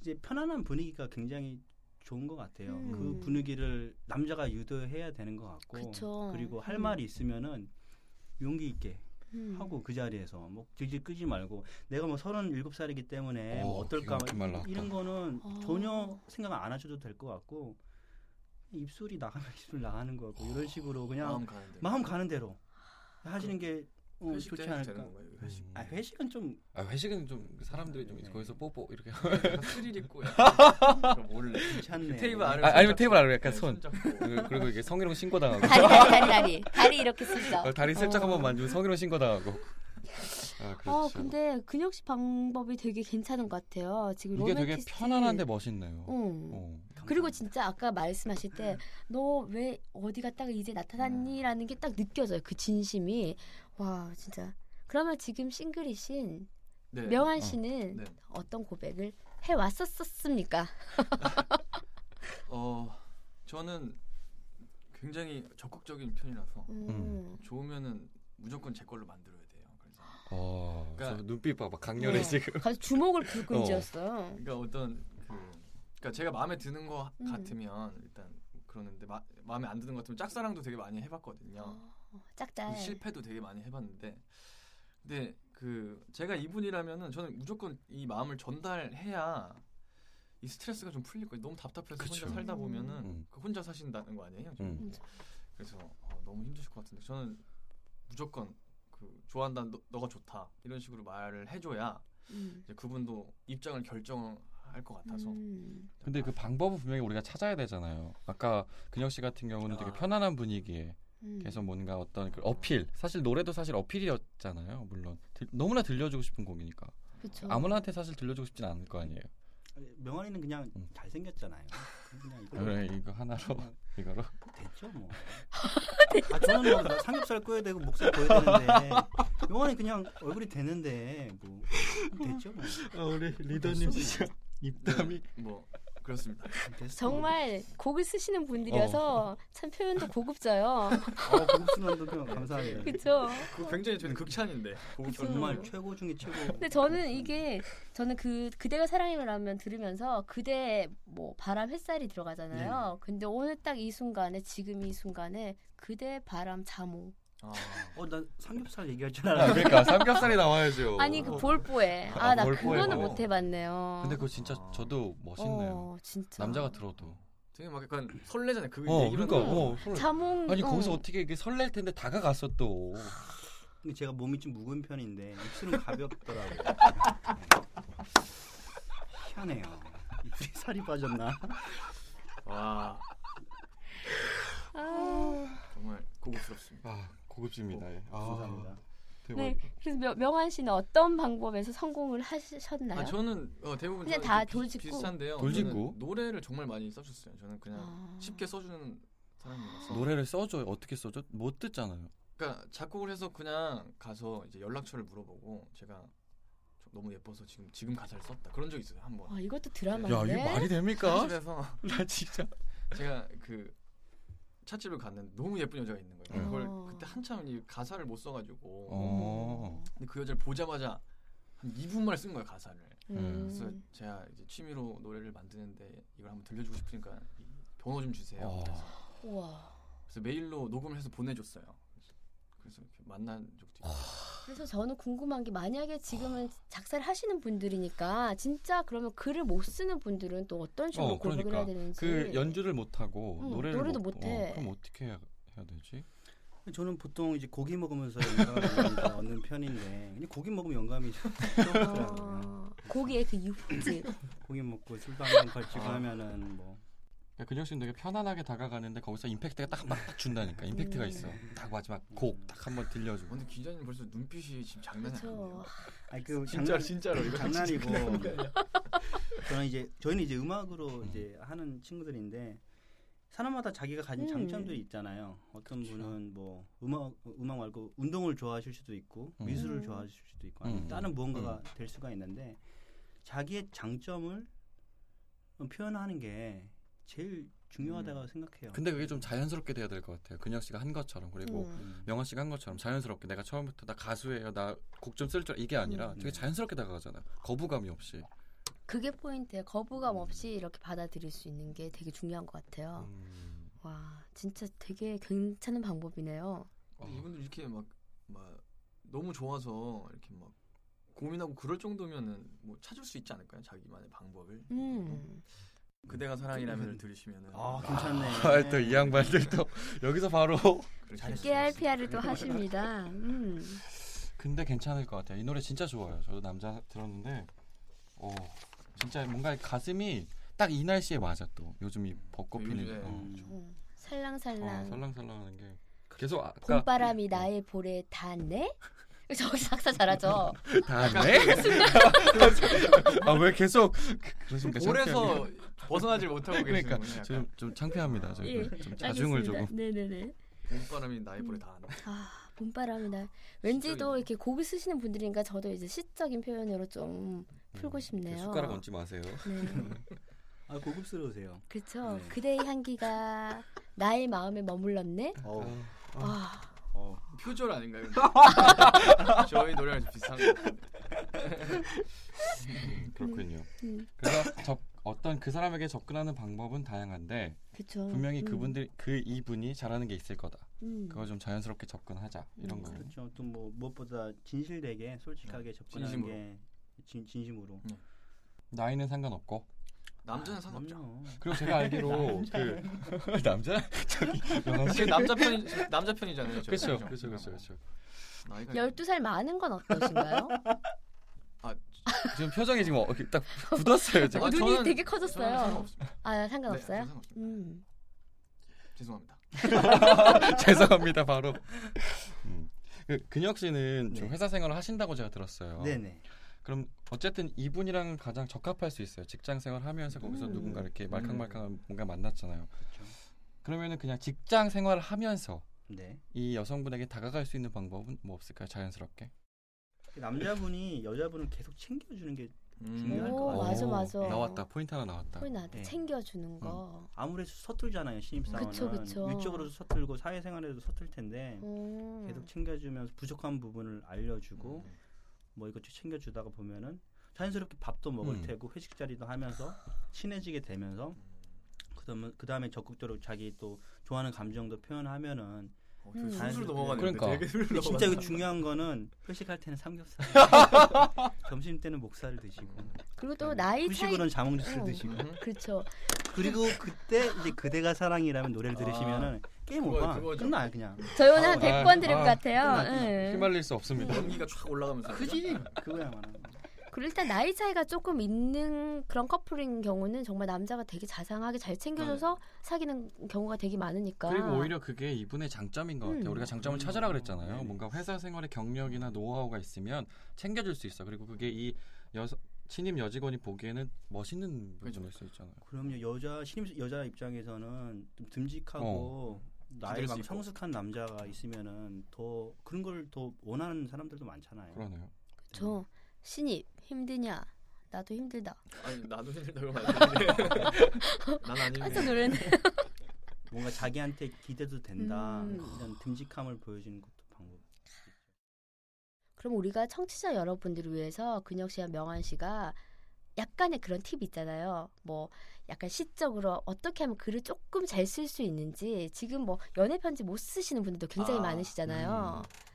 [SPEAKER 4] 이제 편안한 분위기가 굉장히 좋은 것 같아요.
[SPEAKER 2] 음.
[SPEAKER 4] 그 분위기를 남자가 유도해야 되는 것 같고
[SPEAKER 2] 그쵸.
[SPEAKER 4] 리고할
[SPEAKER 2] 음.
[SPEAKER 4] 말이 있으면은 용기 있게
[SPEAKER 2] 음.
[SPEAKER 4] 하고 그 자리에서 뭐 질질 끄지 말고 내가 뭐 서른일곱 살이기 때문에
[SPEAKER 3] 어,
[SPEAKER 4] 뭐
[SPEAKER 3] 기가
[SPEAKER 4] 어떨까
[SPEAKER 3] 막힌 말 나왔다.
[SPEAKER 4] 이런 거는
[SPEAKER 2] 어.
[SPEAKER 4] 전혀 생각 안 하셔도 될 것 같고 입술이 나가면 입술 나가는 거고 이런 식으로 그냥
[SPEAKER 9] 마음 가는데.
[SPEAKER 4] 마음 가는 대로 하시는 게 어,
[SPEAKER 9] 회식 때
[SPEAKER 4] 좋지
[SPEAKER 9] 해도
[SPEAKER 4] 않을까.
[SPEAKER 9] 되는 건가요? 이거 회식.
[SPEAKER 2] 음.
[SPEAKER 4] 아 회식은 좀
[SPEAKER 3] 아, 회식은 좀 사람들이 좀 거기서 뽀뽀 이렇게
[SPEAKER 9] 약간 아, 스릴 있고 약간 그거 몰래.
[SPEAKER 4] 괜찮네.
[SPEAKER 9] 테이블 아래
[SPEAKER 3] 아, 아니면 테이블 아래 약간 손
[SPEAKER 9] 손잡고
[SPEAKER 3] 그- 그리고 이게 성희롱 신고 당하고
[SPEAKER 2] 다리, 다리, 다리, 다리. 다리 이렇게 쓰죠.
[SPEAKER 3] 어, 다리
[SPEAKER 2] 어.
[SPEAKER 3] 슬쩍 한번 만지면 성희롱 신고 당하고 아
[SPEAKER 2] 아,
[SPEAKER 3] 그렇죠
[SPEAKER 2] 근데 근육시 방법이 되게 괜찮은 것 같아요. 지금
[SPEAKER 3] 이게 되게
[SPEAKER 2] 로맨티스트.
[SPEAKER 3] 편안한데 멋있네요
[SPEAKER 2] 응.
[SPEAKER 3] 어.
[SPEAKER 2] 그리고 진짜 아까 말씀하실 때 너 왜 어디 갔다가 이제 나타났니라는 게 딱 느껴져요. 그 진심이 와 진짜. 그러면 지금 싱글이신
[SPEAKER 9] 네.
[SPEAKER 2] 명한
[SPEAKER 3] 어.
[SPEAKER 2] 씨는
[SPEAKER 9] 네.
[SPEAKER 2] 어떤 고백을 해 왔었었습니까?
[SPEAKER 9] 어 저는 굉장히 적극적인 편이라서
[SPEAKER 2] 음.
[SPEAKER 9] 좋으면은 무조건 제 걸로 만들어야 돼요. 그래서
[SPEAKER 3] 어,
[SPEAKER 9] 그러니까-
[SPEAKER 3] 저 눈빛 봐봐 강렬해
[SPEAKER 2] 어.
[SPEAKER 3] 지금
[SPEAKER 2] 가서 주먹을
[SPEAKER 3] 어.
[SPEAKER 2] 불끈지었어요.
[SPEAKER 9] 그러니까 어떤 그 그러니까 제가 마음에 드는 거
[SPEAKER 2] 음.
[SPEAKER 9] 같으면 일단 그러는데 마, 마음에 안 드는 것 같으면 짝사랑도 되게 많이 해봤거든요.
[SPEAKER 2] 어, 짝짤.
[SPEAKER 9] 실패도 되게 많이 해봤는데 근데 그 제가 이분이라면은 저는 무조건 이 마음을 전달해야 이 스트레스가 좀 풀릴 거예요. 너무 답답해서
[SPEAKER 3] 그쵸.
[SPEAKER 9] 혼자 살다 보면은
[SPEAKER 3] 음.
[SPEAKER 9] 그 혼자 사신다는 거 아니에요? 지금?
[SPEAKER 3] 음.
[SPEAKER 9] 그래서 어, 너무 힘드실 것 같은데 저는 무조건 그 좋아한다 너, 너가 좋다 이런 식으로 말을 해줘야
[SPEAKER 2] 음.
[SPEAKER 9] 이제 그분도 입장을 결정할 것 같아서
[SPEAKER 2] 음.
[SPEAKER 3] 근데 그 방법은 분명히 우리가 찾아야 되잖아요 아까 근혁 씨 같은 경우는 되게
[SPEAKER 9] 아.
[SPEAKER 3] 편안한 분위기에
[SPEAKER 2] 음.
[SPEAKER 3] 계속 뭔가 어떤 그 어필 사실 노래도 사실 어필이었잖아요 물론 들- 너무나 들려주고 싶은 곡이니까
[SPEAKER 2] 그쵸.
[SPEAKER 3] 아무나한테 사실 들려주고 싶진 않을 거 아니에요
[SPEAKER 4] 명환이는 그냥
[SPEAKER 3] 음.
[SPEAKER 4] 잘생겼잖아요. 그냥 이거
[SPEAKER 3] 그래 이거 하나로 이거로
[SPEAKER 4] 됐죠 뭐. 아, 저는 뭐나 삼겹살 구워야 되고 목살 구워야 되는데 명환이 그냥 얼굴이 되는데 뭐 됐죠 뭐.
[SPEAKER 3] 우리
[SPEAKER 4] 리더님 진짜
[SPEAKER 3] 입담이
[SPEAKER 9] 뭐 그렇습니다.
[SPEAKER 4] 게스트
[SPEAKER 2] 정말 곡을 쓰시는 분들이어서 참 표현도 고급져요.
[SPEAKER 4] 어, 고급스러운 표현 감사합니다.
[SPEAKER 2] 그렇죠.
[SPEAKER 9] 그거 굉장히 저는 극찬인데.
[SPEAKER 4] 정말 최고 중에 최고.
[SPEAKER 2] 근데 저는 이게 저는 그 그대가 사랑이라면 들으면서 그대 뭐 바람 햇살이
[SPEAKER 3] 네.
[SPEAKER 2] 들어가잖아요. 근데 오늘 딱 이 순간에 지금 이 순간에 그대 바람 자몽
[SPEAKER 9] 아,
[SPEAKER 4] 어, 나 삼겹살 얘기할 줄 알았는데.
[SPEAKER 3] 그러니까 삼겹살이 나와야죠.
[SPEAKER 2] 아니 그 볼뽀에
[SPEAKER 3] 어. 아,
[SPEAKER 2] 아 나
[SPEAKER 3] 볼뽀에.
[SPEAKER 2] 그거는
[SPEAKER 3] 어.
[SPEAKER 2] 못 해봤네요.
[SPEAKER 3] 근데 그거 진짜 저도 멋있네요.
[SPEAKER 2] 어, 진짜
[SPEAKER 3] 남자가 들어도.
[SPEAKER 9] 되게 막 약간 설레잖아요. 그
[SPEAKER 3] 어,
[SPEAKER 9] 얘기만
[SPEAKER 3] 그러니까
[SPEAKER 9] 하면.
[SPEAKER 3] 어, 설레.
[SPEAKER 2] 자몽
[SPEAKER 3] 아니
[SPEAKER 2] 어.
[SPEAKER 3] 거기서 어떻게 이게 설렐 텐데 다가갔어 또.
[SPEAKER 4] 근데 제가 몸이 좀 무거운 편인데 입술은 가볍더라고요. 희한해요. 입술이 살이 빠졌나?
[SPEAKER 9] 와
[SPEAKER 2] 아,
[SPEAKER 9] 정말 고급스럽습니다.
[SPEAKER 3] 아 고급집니다. 예. 아,
[SPEAKER 4] 감사합니다.
[SPEAKER 3] 대박.
[SPEAKER 2] 네 그래서 명, 명환 씨는 어떤 방법에서 성공을 하셨나요?
[SPEAKER 9] 아 저는 어, 대부분
[SPEAKER 2] 그냥
[SPEAKER 9] 저는
[SPEAKER 2] 다
[SPEAKER 9] 좀 비-
[SPEAKER 2] 돌직구.
[SPEAKER 9] 비슷한데요.
[SPEAKER 3] 돌직구?
[SPEAKER 9] 저는 노래를 정말 많이 써줬어요. 저는 그냥
[SPEAKER 2] 아.
[SPEAKER 9] 쉽게 써주는 사람이라서
[SPEAKER 2] 네.
[SPEAKER 3] 노래를 써줘요. 어떻게 써줘? 못 듣잖아요.
[SPEAKER 9] 그러니까 작곡을 해서 그냥 가서 이제 연락처를 물어보고 제가 저- 너무 예뻐서 지금 지금 가사를 썼다 그런 적 있어요 한 번.
[SPEAKER 2] 와 이것도 드라마인데.
[SPEAKER 3] 됩니까?
[SPEAKER 9] 집에서
[SPEAKER 3] 나 진짜.
[SPEAKER 9] 제가 그 찻집을 갔는데 너무 예쁜 여자가 있는
[SPEAKER 3] 음.
[SPEAKER 9] 거예요.
[SPEAKER 2] 어.
[SPEAKER 9] 그걸 그때 한참 이 가사를 못 써가지고
[SPEAKER 3] 어.
[SPEAKER 9] 근데 그 여자를 보자마자 한 2분만에 쓴 거예요 가사를.
[SPEAKER 3] 음.
[SPEAKER 9] 그래서 제가 이제 취미로 노래를 만드는데 이걸 한번 들려주고 싶으니까 이 번호 좀 주세요.
[SPEAKER 3] 어.
[SPEAKER 9] 그래서,
[SPEAKER 2] 우와.
[SPEAKER 9] 그래서 메일로 녹음을 해서 보내줬어요. 그래서 이렇게 만난 적도 있고.
[SPEAKER 2] 그래서 저는 궁금한 게 만약에 지금은 작사를 하시는 분들이니까 진짜 그러면 글을 못 쓰는 분들은 또 어떤 식으로
[SPEAKER 3] 어,
[SPEAKER 2] 고백을
[SPEAKER 3] 그러니까.
[SPEAKER 2] 해야 되는지.
[SPEAKER 3] 그 연주를 못 하고
[SPEAKER 2] 응,
[SPEAKER 3] 노래를
[SPEAKER 2] 노래도 못 해.
[SPEAKER 3] 어, 그럼 어떻게 해야, 해야 되지?
[SPEAKER 4] 저는 보통 이제 고기 먹으면서 영감을 많이 얻는 편인데 근데 고기 먹으면 영감이 좀 떨어지더라고요.
[SPEAKER 2] 아, 고기의 그 육즙.
[SPEAKER 4] 고기 먹고 술도 한잔 걸치고
[SPEAKER 9] 아.
[SPEAKER 4] 하면은 뭐
[SPEAKER 3] 그러니까 근혁 씨는 되게 편안하게 다가가는데 거기서 임팩트가 딱 막 딱 준다니까. 임팩트가
[SPEAKER 2] 음.
[SPEAKER 3] 있어. 딱 마지막 곡 딱 한번
[SPEAKER 9] 어,
[SPEAKER 3] 들려주고.
[SPEAKER 9] 근데 기자님 벌써 눈빛이 지금 장난이
[SPEAKER 2] 그렇죠.
[SPEAKER 9] 아니에요.
[SPEAKER 4] 아니 그
[SPEAKER 9] 진짜로
[SPEAKER 4] 장난-
[SPEAKER 9] 진짜로 이거
[SPEAKER 4] 장난이고
[SPEAKER 9] 진짜 장난 아니야.
[SPEAKER 4] 저는 이제 저희는 이제 음악으로 이제 하는 친구들인데 사람마다 자기가 가진
[SPEAKER 2] 음.
[SPEAKER 4] 장점들이 있잖아요. 어떤 분은 뭐 음악 음악 말고 운동을 좋아하실 수도 있고
[SPEAKER 3] 음.
[SPEAKER 4] 미술을
[SPEAKER 2] 음.
[SPEAKER 4] 좋아하실 수도 있고 아니면
[SPEAKER 3] 음.
[SPEAKER 4] 다른 무언가가 될 수가 있는데 자기의 장점을 표현하는 게 제일 중요하다고 생각해요.
[SPEAKER 3] 음. 근데 그게 좀 자연스럽게 돼야 될 것 같아요. 근혁 씨가 한 것처럼 그리고
[SPEAKER 2] 음.
[SPEAKER 4] 음.
[SPEAKER 3] 명화 씨가 한 것처럼 자연스럽게 내가 처음부터 나 가수예요. 나 곡 좀 쓸 줄 이게 아니라
[SPEAKER 4] 음.
[SPEAKER 3] 되게 자연스럽게 다가가잖아요. 거부감이 없이.
[SPEAKER 2] 그게 포인트예요. 거부감 없이 이렇게 받아들일 수 있는 게 되게 중요한 것 같아요.
[SPEAKER 3] 음.
[SPEAKER 2] 와, 진짜 되게 괜찮은 방법이네요.
[SPEAKER 9] 근데
[SPEAKER 3] 음.
[SPEAKER 9] 이분들 이렇게 막, 막 너무 좋아서 이렇게 막 고민하고 그럴 정도면은 뭐 찾을 수 있지 않을까요? 자기만의 방법을.
[SPEAKER 2] 음.
[SPEAKER 9] 그대가 사랑이라면을 들으시면은
[SPEAKER 4] 아 괜찮네.
[SPEAKER 3] 아, 또이 양반들 또 여기서 바로
[SPEAKER 9] 그렇게 잘했어요.
[SPEAKER 2] 깨알피아를 또 하십니다. 음.
[SPEAKER 3] 근데 괜찮을 것 같아요. 이 노래 진짜 좋아요. 저도 남자 들었는데, 어, 진짜 뭔가 가슴이 딱 이 날씨에 맞아 또. 요즘 이 벚꽃
[SPEAKER 9] 요즘에
[SPEAKER 3] 피는 어,
[SPEAKER 2] 음.
[SPEAKER 3] 어,
[SPEAKER 2] 살랑살랑.
[SPEAKER 3] 설랑설랑하는 게 계속 아까 어.
[SPEAKER 2] 봄바람이 나의 볼에 닿네? 저기 작사 잘하죠.
[SPEAKER 3] 그
[SPEAKER 2] 아,
[SPEAKER 3] 다네. 아왜 계속 그러십니까? 창피하게.
[SPEAKER 9] 올해서 벗어나질 못하고
[SPEAKER 3] 그러니까
[SPEAKER 9] 계시는 거예요.
[SPEAKER 3] 좀, 좀 창피합니다. 저
[SPEAKER 2] 예,
[SPEAKER 3] 좀 자중을 조금.
[SPEAKER 2] 네네네.
[SPEAKER 9] 봄바람이 나의 볼에 다 안다.
[SPEAKER 2] 아 봄바람이 나. 왠지도
[SPEAKER 9] 시적이네요.
[SPEAKER 2] 이렇게 곡을 쓰시는 분들이니까 저도 이제 시적인 표현으로 좀
[SPEAKER 3] 음.
[SPEAKER 2] 풀고 싶네요.
[SPEAKER 3] 숟가락 얹지 마세요.
[SPEAKER 2] 네,
[SPEAKER 4] 아 고급스러우세요.
[SPEAKER 2] 그렇죠.
[SPEAKER 4] 네.
[SPEAKER 2] 그대의 향기가 나의 마음에 머물렀네.
[SPEAKER 4] 어,
[SPEAKER 3] 그러니까.
[SPEAKER 2] 아,
[SPEAKER 4] 어.
[SPEAKER 9] 표절 아닌가요? 근데? 저희 노래랑 좀 비슷한 거 같아요.
[SPEAKER 3] 그렇군요.
[SPEAKER 2] 음,
[SPEAKER 3] 그래서 접, 어떤 그 사람에게 접근하는 방법은 다양한데
[SPEAKER 2] 그렇죠.
[SPEAKER 3] 분명히
[SPEAKER 2] 음,
[SPEAKER 3] 그분들 그 이분이 잘하는 게 있을 거다.
[SPEAKER 2] 음.
[SPEAKER 3] 그거 좀 자연스럽게 접근하자 이런
[SPEAKER 2] 음.
[SPEAKER 3] 거예요.
[SPEAKER 4] 그렇죠. 또 뭐 무엇보다 진실되게
[SPEAKER 3] 어.
[SPEAKER 4] 솔직하게 접근하는
[SPEAKER 9] 진심으로.
[SPEAKER 4] 게 진, 진심으로.
[SPEAKER 3] 나이는 상관없고
[SPEAKER 9] 남자는 상관없죠.
[SPEAKER 4] 아, 그럼요.
[SPEAKER 3] 그리고 제가 알기로 그 남자 저기 명함
[SPEAKER 9] 지금 남자 편이 남자 편이잖아요. 저희.
[SPEAKER 3] 그렇죠 그렇죠 그렇죠
[SPEAKER 9] 그죠? 그러니까
[SPEAKER 3] 그렇죠
[SPEAKER 9] 뭐 나이가
[SPEAKER 2] 12살 많은 건 어떠신가요?
[SPEAKER 3] 지금 표정이 지금 어, 이렇게 딱 굳었어요 지금
[SPEAKER 2] 어, 눈이
[SPEAKER 9] 저는-
[SPEAKER 2] 되게
[SPEAKER 9] 저는
[SPEAKER 2] 커졌어요.
[SPEAKER 9] 상관없습니다.
[SPEAKER 2] 아,
[SPEAKER 9] 네, 저는
[SPEAKER 2] 상관없어요?
[SPEAKER 9] 상관없습니다.
[SPEAKER 2] 음.
[SPEAKER 9] 죄송합니다.
[SPEAKER 3] 죄송합니다 바로 음. 그 근혁 씨는 지금
[SPEAKER 4] 네.
[SPEAKER 3] 회사 생활을 하신다고 제가 들었어요
[SPEAKER 4] 네네.
[SPEAKER 3] 그럼 어쨌든 이분이랑 가장 적합할 수 있어요 직장 생활 하면서 거기서
[SPEAKER 2] 음.
[SPEAKER 3] 누군가 이렇게 말캉말캉 뭔가 만났잖아요
[SPEAKER 4] 그렇죠.
[SPEAKER 3] 그러면은 그냥 직장 생활을 하면서
[SPEAKER 4] 네.
[SPEAKER 3] 이 여성분에게 다가갈 수
[SPEAKER 4] 그
[SPEAKER 3] 있는 방법은 뭐 없을까요 자연스럽게
[SPEAKER 4] 남자분이 여자분을 계속 챙겨주는 게
[SPEAKER 9] 음.
[SPEAKER 3] 음,
[SPEAKER 4] 중요할 것
[SPEAKER 2] 오,
[SPEAKER 4] 같아요.
[SPEAKER 2] 어, 맞아,
[SPEAKER 3] 네, 오,
[SPEAKER 2] 맞아.
[SPEAKER 3] 나왔다. 포인트 하나 나왔다.
[SPEAKER 2] 그걸 나한테
[SPEAKER 4] 네.
[SPEAKER 2] 챙겨주는 거.
[SPEAKER 4] 아무래도 서툴잖아요 신입사원은
[SPEAKER 2] 그쵸, 그쵸.
[SPEAKER 4] 위쪽으로도 서툴고 사회생활에도 서툴 텐데
[SPEAKER 2] 음.
[SPEAKER 4] 계속 챙겨주면서 부족한 부분을 알려주고
[SPEAKER 9] 음.
[SPEAKER 4] 뭐 이것저것 챙겨주다가 보면은 자연스럽게 밥도 먹을
[SPEAKER 3] 음.
[SPEAKER 4] 테고 회식 자리도 하면서 친해지게 되면서 그다음에 그다음에 적극적으로 자기 또 좋아하는 감정도 표현하면은
[SPEAKER 9] 어,
[SPEAKER 2] 음.
[SPEAKER 9] 되게 술술 넘어가네.
[SPEAKER 3] 그러니까.
[SPEAKER 9] 되게 술술
[SPEAKER 4] 근데
[SPEAKER 9] 넘어간다.
[SPEAKER 4] 진짜 그 중요한 거는 회식할 때는 삼겹살 점심 때는 목살을 드시고
[SPEAKER 2] 그리고 또 나이 차이.
[SPEAKER 4] 후식으로는 자몽주스를
[SPEAKER 2] 어.
[SPEAKER 4] 드시고
[SPEAKER 9] 음.
[SPEAKER 2] 그렇죠.
[SPEAKER 4] 그리고 그때 이제 그대가 사랑이라는 노래를 들으시면은 게임
[SPEAKER 9] 아, 그거-
[SPEAKER 4] 오버
[SPEAKER 9] 그거죠.
[SPEAKER 4] 끝나요 그냥
[SPEAKER 10] 저희 오늘 한
[SPEAKER 4] 아우,
[SPEAKER 10] 100번 드릴 것
[SPEAKER 3] 아유, 네.
[SPEAKER 10] 같아요.
[SPEAKER 4] 아유,
[SPEAKER 2] 네.
[SPEAKER 10] 응.
[SPEAKER 3] 휘말릴 수 없습니다.
[SPEAKER 9] 연기가 촥 올라가면서
[SPEAKER 4] 그지 그거야 말하는 거.
[SPEAKER 2] 그리고 일단 나이 차이가 조금 있는 그런 커플인 경우는 정말 남자가 되게 자상하게 잘 챙겨줘서 사귀는 경우가 되게 많으니까.
[SPEAKER 3] 아, 네. 그리고 오히려 그게 이분의 장점인 것 같아요.
[SPEAKER 2] 그러니까. 음.
[SPEAKER 3] 우리가 장점을
[SPEAKER 9] 음.
[SPEAKER 3] 찾으라 그랬잖아요.
[SPEAKER 4] 네네.
[SPEAKER 3] 뭔가 회사 생활의 경력이나 노하우가 있으면 챙겨줄 수 있어. 그리고 그게 이 여서, 신임 여직원이 보기에는 멋있는 부분일 수 있잖아요.
[SPEAKER 4] 그럼요 여자 신입 여자 입장에서는 좀 듬직하고 나이
[SPEAKER 9] 어. 기댈 수
[SPEAKER 4] 막
[SPEAKER 9] 있고.
[SPEAKER 4] 성숙한 남자가 있으면은 더 그런 걸 더 원하는 사람들도 많잖아요.
[SPEAKER 3] 그러네요.
[SPEAKER 2] 저 신입 힘드냐? 나도 힘들다.
[SPEAKER 3] 네.
[SPEAKER 9] 아니 나도 힘들다고 말했는데 난
[SPEAKER 2] 항상
[SPEAKER 9] 아닌데
[SPEAKER 2] 노래는
[SPEAKER 4] 뭔가 자기한테 기대도 된다
[SPEAKER 2] 음.
[SPEAKER 4] 이런 듬직함을 보여주는 것도 방법.
[SPEAKER 2] 그럼 우리가 청취자 여러분들을 위해서 근혁 씨와 명환 씨가 약간의 그런 팁 있잖아요. 뭐 약간 시적으로 어떻게 하면 글을 조금 잘 쓸 수 있는지 지금 뭐 연애 편지 못 쓰시는 분들도 굉장히
[SPEAKER 9] 아,
[SPEAKER 2] 많으시잖아요.
[SPEAKER 3] 음.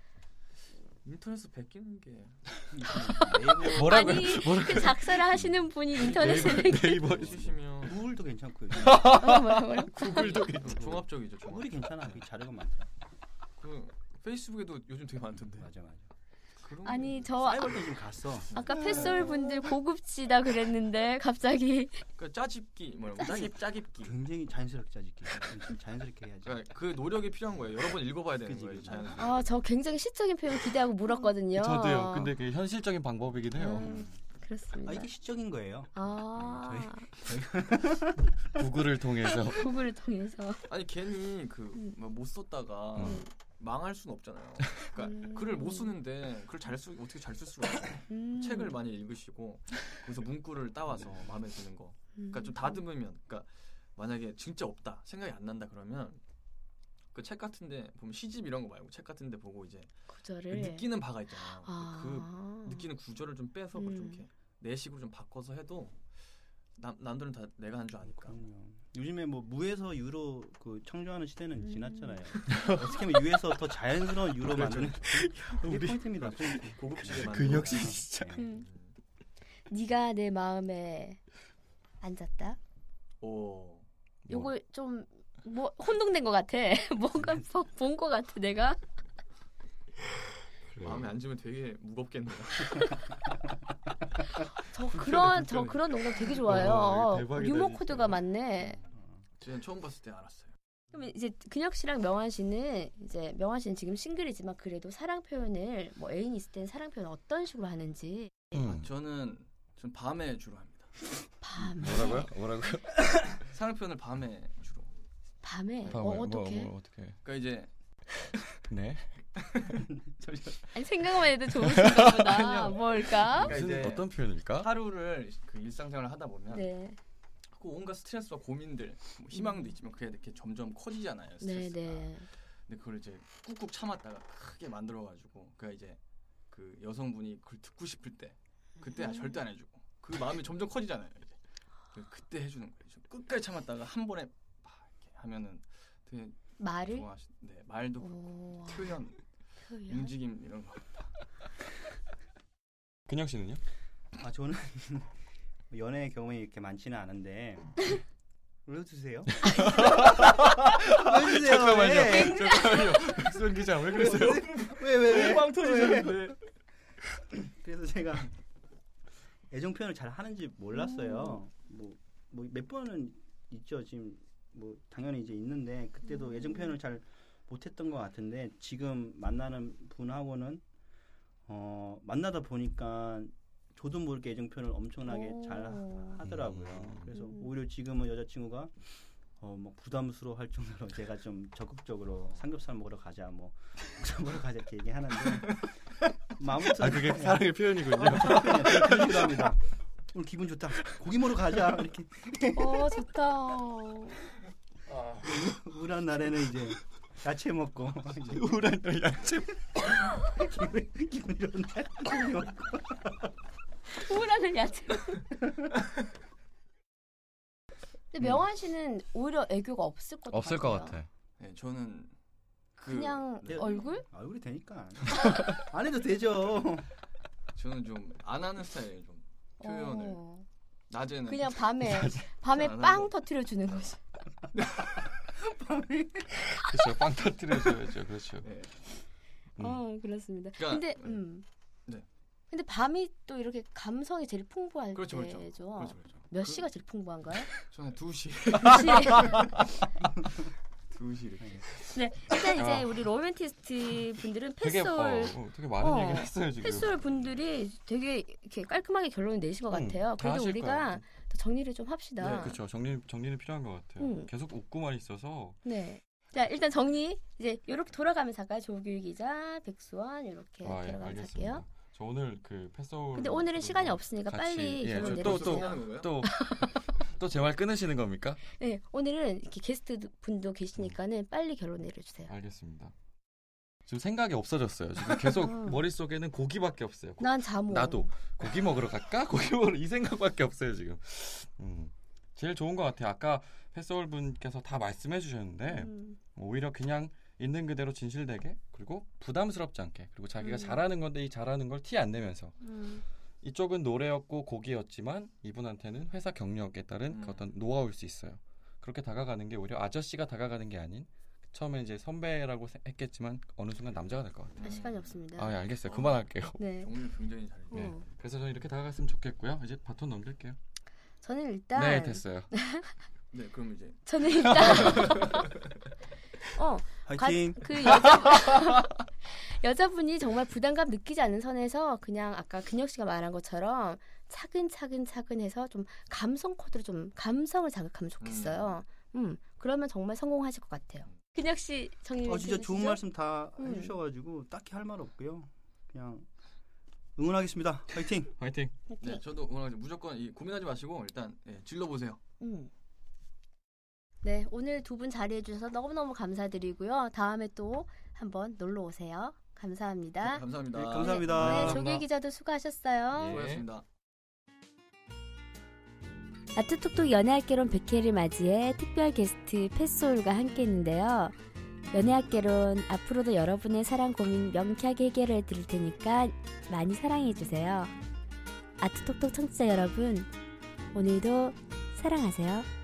[SPEAKER 9] 인터넷에 베끼는 게
[SPEAKER 4] 네이버
[SPEAKER 3] 뭐라고요?
[SPEAKER 2] 아니 그 작사를 하시는 분이 인터넷에
[SPEAKER 3] 네이버
[SPEAKER 9] 치시면
[SPEAKER 4] 구글도 괜찮고요.
[SPEAKER 2] 어, 뭐야, 뭐야.
[SPEAKER 9] 구글도 어, 종합적이죠. 종합.
[SPEAKER 4] 구글이 괜찮아. 그 자료가 많더라.
[SPEAKER 9] 그 페이스북에도 요즘 되게 많던데.
[SPEAKER 4] 맞아 맞아.
[SPEAKER 9] 그런
[SPEAKER 2] 아니
[SPEAKER 9] 게-
[SPEAKER 2] 저 아-
[SPEAKER 4] 사이버도 지금 갔어.
[SPEAKER 2] 아까 패솔 분들 고급지다 그랬는데 갑자기
[SPEAKER 9] 그러니까 짜집기 뭐라고 짜깁 짜깁기.
[SPEAKER 4] 굉장히 자연스럽게 짜질게. 자연스럽게 해야지.
[SPEAKER 9] 그러니까 그 노력이 필요한 거예요. 여러 번 읽어봐야 되는
[SPEAKER 4] 그지,
[SPEAKER 9] 거예요.
[SPEAKER 4] 그지.
[SPEAKER 9] 자연스럽게.
[SPEAKER 2] 아 저 굉장히 시적인 표현 기대하고 물었거든요.
[SPEAKER 3] 저도요. 근데 그게 현실적인 방법이긴 해요.
[SPEAKER 2] 음,
[SPEAKER 4] 아
[SPEAKER 2] 그렇습니다.
[SPEAKER 4] 이게 시적인 거예요.
[SPEAKER 2] 아
[SPEAKER 3] 구글을 통해서
[SPEAKER 2] 구글을 통해서
[SPEAKER 9] 아니 괜히 그
[SPEAKER 2] 음.
[SPEAKER 9] 못 썼다가
[SPEAKER 3] 음.
[SPEAKER 9] 망할 수는 없잖아요. 그러니까
[SPEAKER 2] 음.
[SPEAKER 9] 글을 못 쓰는데 글을 잘 쓰, 어떻게 잘 쓸 수가 있어요.
[SPEAKER 2] 음.
[SPEAKER 9] 책을 많이 읽으시고 거기서 문구를 따와서 마음에 드는 거. 그러니까 좀 다듬으면 그러니까 만약에 진짜 없다 생각이 안 난다 그러면 그 책 같은데 보면 시집 이런 거 말고 책 같은데 보고 이제
[SPEAKER 2] 구절을
[SPEAKER 9] 그 느끼는 바가 있잖아요.
[SPEAKER 2] 네. 아.
[SPEAKER 9] 그 느끼는 구절을 좀 빼서 그걸 좀
[SPEAKER 2] 음.
[SPEAKER 9] 이렇게 내 식으로 좀 바꿔서 해도 남 남들은 다 내가 한 줄 아니까.
[SPEAKER 4] 그럼요. 요즘에 뭐 무에서 유로 그 창조하는 시대는
[SPEAKER 2] 음.
[SPEAKER 4] 지났잖아요. 어떻게 하면 유에서 더 자연스러운 유로 만드는
[SPEAKER 3] 우리
[SPEAKER 4] 그렇죠. 우리 포인트입니다. 포인트.
[SPEAKER 9] 고급지게 만들고.
[SPEAKER 2] 그
[SPEAKER 3] 근육 진짜.
[SPEAKER 4] 네.
[SPEAKER 2] 음. 네가 내 마음에 앉았다.
[SPEAKER 9] 오.
[SPEAKER 2] 요거 좀 뭐 혼동된 것 같아. 뭔가 본 것 같아 내가.
[SPEAKER 3] 그 네.
[SPEAKER 9] 마음에 앉으면 되게 무겁겠네요.
[SPEAKER 2] 저 그런 저 그런 농담 되게 좋아해요.
[SPEAKER 3] 와, 이거 대박이다,
[SPEAKER 2] 유머
[SPEAKER 3] 진짜.
[SPEAKER 2] 코드가 많네.
[SPEAKER 9] 제가 처음 봤을 때 알았어요.
[SPEAKER 2] 그럼 이제 근혁 씨랑 명환 씨는 이제 명환 씨는 지금 싱글이지만 그래도 사랑 표현을 뭐 애인이 있을 때는 사랑 표현 어떤 식으로 하는지
[SPEAKER 3] 음.
[SPEAKER 9] 저는 전 밤에 주로 합니다.
[SPEAKER 2] 밤
[SPEAKER 3] 뭐라고요? 뭐라고요?
[SPEAKER 2] 어,
[SPEAKER 9] 사랑 표현을 밤에 주로.
[SPEAKER 2] 밤에
[SPEAKER 3] 다음에
[SPEAKER 2] 어,
[SPEAKER 3] 뭐,
[SPEAKER 2] 어떻게?
[SPEAKER 3] 뭐, 어떻게?
[SPEAKER 9] 그러니까 이제
[SPEAKER 3] 네.
[SPEAKER 2] 아니 생각만 해도 좋으신가 보다.
[SPEAKER 9] 아니요.
[SPEAKER 2] 뭘까?
[SPEAKER 9] 그러니까
[SPEAKER 3] 무슨
[SPEAKER 9] 이제
[SPEAKER 3] 어떤 표현일까?
[SPEAKER 9] 하루를 그 일상생활을 하다 보면
[SPEAKER 2] 네.
[SPEAKER 9] 그 온갖 스트레스와 고민들, 뭐 희망도 있지만 그게 이렇게 점점 커지잖아요.
[SPEAKER 2] 네,
[SPEAKER 9] 스트레스가.
[SPEAKER 2] 네.
[SPEAKER 9] 근데 그걸 이제 꾹꾹 참았다가 크게 만들어가지고 그러니까 이제 그 여성분이 그걸 듣고 싶을 때 그때 아, 절대 안 해주고 그 마음이 점점 커지잖아요. 이제 그래서 그때 해주는 거예요. 좀 끝까지 참았다가 한 번에 막 이렇게 하면은 되게
[SPEAKER 2] 말을
[SPEAKER 9] 좋아하시. 네 말도 그렇고
[SPEAKER 2] 오,
[SPEAKER 9] 표현,
[SPEAKER 2] 표현.
[SPEAKER 9] 움직임 이런 거.
[SPEAKER 3] 근영 씨는요?
[SPEAKER 4] 아 저는 연애 경험이 이렇게 많지는 않은데 왜 드세요? 왜 드세요?
[SPEAKER 2] 네.
[SPEAKER 3] 잠깐만요. 잠깐만요. 백선 기자 왜 그랬어요?
[SPEAKER 4] 왜왜왜
[SPEAKER 9] 빵 터지는데.
[SPEAKER 4] 그래서 제가 애정 표현을 잘 하는지 몰랐어요.
[SPEAKER 2] 음.
[SPEAKER 4] 뭐 뭐 몇 번은 있죠. 지금 뭐 당연히 이제 있는데
[SPEAKER 2] 음.
[SPEAKER 4] 그때도 애정 표현을 잘 못했던 것 같은데 지금 만나는 분하고는 어 만나다 보니까 저도 모르게 애정 표현을 엄청나게
[SPEAKER 2] 오.
[SPEAKER 4] 잘 하더라고요.
[SPEAKER 3] 음.
[SPEAKER 4] 그래서
[SPEAKER 2] 음. 오히려
[SPEAKER 4] 오히려 지금은 여자친구가 어뭐 부담스러워 할 정도로 제가 좀 적극적으로 삼겹살 먹으러 가자 뭐 삼겹살 먹으러 가자 이렇게 얘기하는데 뭐 아무튼
[SPEAKER 3] 아 그게 사랑의 표현이군요.
[SPEAKER 4] 그런 식으로 합니다. 오늘 기분 좋다. 고기 먹으러 가자. 이렇게
[SPEAKER 11] 어 좋다.
[SPEAKER 4] 아. 우울한 날에는 이제 야채 먹고 이제
[SPEAKER 3] 우울한 야채
[SPEAKER 4] 기분 기분 좋은 날 고기 먹고.
[SPEAKER 2] 우울하는 야채. 근데 명환 씨는 오히려 애교가 없을 것 같아요.
[SPEAKER 3] 없을 것 같아.
[SPEAKER 12] 네, 저는 그
[SPEAKER 2] 그냥
[SPEAKER 4] 네.
[SPEAKER 2] 얼굴?
[SPEAKER 4] 얼굴이 되니까 안 해도 되죠.
[SPEAKER 12] 저는 좀 안 하는 스타일이에요. 좀 표현을
[SPEAKER 2] 어.
[SPEAKER 12] 낮에는
[SPEAKER 2] 그냥 밤에 밤에
[SPEAKER 12] 안
[SPEAKER 2] 빵
[SPEAKER 12] 하고.
[SPEAKER 2] 터트려 주는 거지.
[SPEAKER 3] 그렇죠. 빵 터뜨려줘야죠. 그렇죠.
[SPEAKER 12] 네.
[SPEAKER 3] 음.
[SPEAKER 2] 어 그렇습니다.
[SPEAKER 12] 그러니까-
[SPEAKER 2] 근데 음.
[SPEAKER 12] 네.
[SPEAKER 2] 근데 밤이 또 이렇게 감성이 제일 풍부할
[SPEAKER 12] 그렇죠, 그렇죠.
[SPEAKER 2] 때죠.
[SPEAKER 12] 그렇죠, 그렇죠.
[SPEAKER 2] 네, 몇
[SPEAKER 12] 그-
[SPEAKER 2] 시가 제일 풍부한가요?
[SPEAKER 12] 저는 2시,
[SPEAKER 2] 혹시 네.
[SPEAKER 12] 2시
[SPEAKER 3] 네,
[SPEAKER 12] 이렇게.
[SPEAKER 10] 일단 이제
[SPEAKER 3] 아.
[SPEAKER 10] 우리 로맨티스트 분들은
[SPEAKER 3] 되게 어,
[SPEAKER 10] 패솔
[SPEAKER 3] 어, 되게 많은
[SPEAKER 10] 어,
[SPEAKER 3] 얘기를 했어요 지금.
[SPEAKER 10] 패솔 분들이
[SPEAKER 2] 되게 이렇게 깔끔하게 결론을 내신 것
[SPEAKER 3] 음,
[SPEAKER 2] 같아요.
[SPEAKER 3] 다
[SPEAKER 2] 그래도
[SPEAKER 3] 하실
[SPEAKER 2] 우리가
[SPEAKER 3] 거예요.
[SPEAKER 2] 더 정리를 좀 합시다.
[SPEAKER 3] 네, 그렇죠. 정리 정리는 필요한 것 같아요.
[SPEAKER 2] 음.
[SPEAKER 3] 계속 웃고만 있어서
[SPEAKER 2] 네. 자 일단 정리 이제 이렇게 돌아가면서 할까요? 조규 기자, 백수원 이렇게
[SPEAKER 3] 아, 예,
[SPEAKER 2] 돌아가면서
[SPEAKER 3] 알겠습니다.
[SPEAKER 2] 네, 할게요.
[SPEAKER 3] 저 오늘 그 패솔
[SPEAKER 2] 근데 오늘은 시간이 없으니까
[SPEAKER 3] 같이,
[SPEAKER 2] 빨리
[SPEAKER 9] 네,
[SPEAKER 3] 예,
[SPEAKER 2] 결론
[SPEAKER 3] 저 또, 또.
[SPEAKER 2] 내려주세요.
[SPEAKER 3] 또또 재활 끊으시는 겁니까?
[SPEAKER 2] 네, 오늘은 이렇게 게스트 분도 계시니까는 빨리 결론 내려주세요.
[SPEAKER 3] 음. 알겠습니다. 지금 생각이 없어졌어요. 지금 계속
[SPEAKER 2] 음.
[SPEAKER 3] 머릿 속에는 고기밖에 없어요. 고-
[SPEAKER 2] 난 잠오.
[SPEAKER 3] 나도 고기 먹으러 갈까? 고기 먹으러 이 생각밖에 없어요 지금. 음, 제일 좋은 것 같아요. 아까 패솔 분께서 다 말씀해 주셨는데 뭐
[SPEAKER 2] 음,
[SPEAKER 3] 오히려 그냥 있는 그대로 진실되게 그리고 부담스럽지 않게 그리고 자기가
[SPEAKER 2] 음.
[SPEAKER 3] 잘하는 건데 이 잘하는 걸 티 안 내면서
[SPEAKER 2] 음,
[SPEAKER 3] 이쪽은 노래였고 곡이었지만 이분한테는 회사 경력에 따른 그
[SPEAKER 12] 음.
[SPEAKER 3] 어떤 노하우일 수 있어요. 그렇게 다가가는 게 오히려 아저씨가 다가가는 게 아닌 처음에 이제 선배라고 세- 했겠지만 어느 순간 남자가 될 것 같아요.
[SPEAKER 2] 아, 시간이 없습니다.
[SPEAKER 3] 아, 예, 알겠어요. 그만할게요.
[SPEAKER 2] 네.
[SPEAKER 12] 종류 굉장히 잘.
[SPEAKER 2] 어.
[SPEAKER 3] 네. 그래서 저는 이렇게 다가갔으면 좋겠고요. 이제 바톤 넘길게요.
[SPEAKER 2] 저는 일단
[SPEAKER 3] 네, 됐어요.
[SPEAKER 12] 네, 그럼 이제
[SPEAKER 2] 저는 일단 어, 가-
[SPEAKER 4] 화이팅.
[SPEAKER 2] 그 여자 여자분이 정말 부담감 느끼지 않는 선에서 그냥 아까 근혁 씨가 말한 것처럼 차근차근 차근해서 좀 감성 코드로 좀 감성을 자극하면 좋겠어요. 음, 그러면 정말 성공하실 것 같아요. 근혁 씨 정리.
[SPEAKER 4] 어 진짜 좋은
[SPEAKER 2] 해주시죠?
[SPEAKER 4] 말씀 다
[SPEAKER 2] 음.
[SPEAKER 4] 해주셔가지고 딱히 할 말 없고요. 그냥 응원하겠습니다. 화이팅.
[SPEAKER 3] 화이팅.
[SPEAKER 12] 네, 저도 오늘 무조건 이, 고민하지 마시고 일단 예, 질러 보세요.
[SPEAKER 2] 음. 네, 오늘 두 분 자리해 주셔서 너무너무 감사드리고요. 다음에 또 한번 놀러 오세요. 감사합니다.
[SPEAKER 12] 아. 감사합니다. 예.
[SPEAKER 4] 네, 감사합니다. 네.
[SPEAKER 2] 네,
[SPEAKER 3] 감사합니다.
[SPEAKER 2] 조기 기자도 수고하셨어요.
[SPEAKER 12] 수고하셨습니다.
[SPEAKER 10] 아트톡톡 연애학개론 100회를 맞이해 특별 게스트 패솔과 함께했는데요. 연애학개론 앞으로도 여러분의 사랑 고민 명쾌하게 해결해 드릴 테니까 많이 사랑해 주세요. 아트톡톡 청취자 여러분, 오늘도 사랑하세요.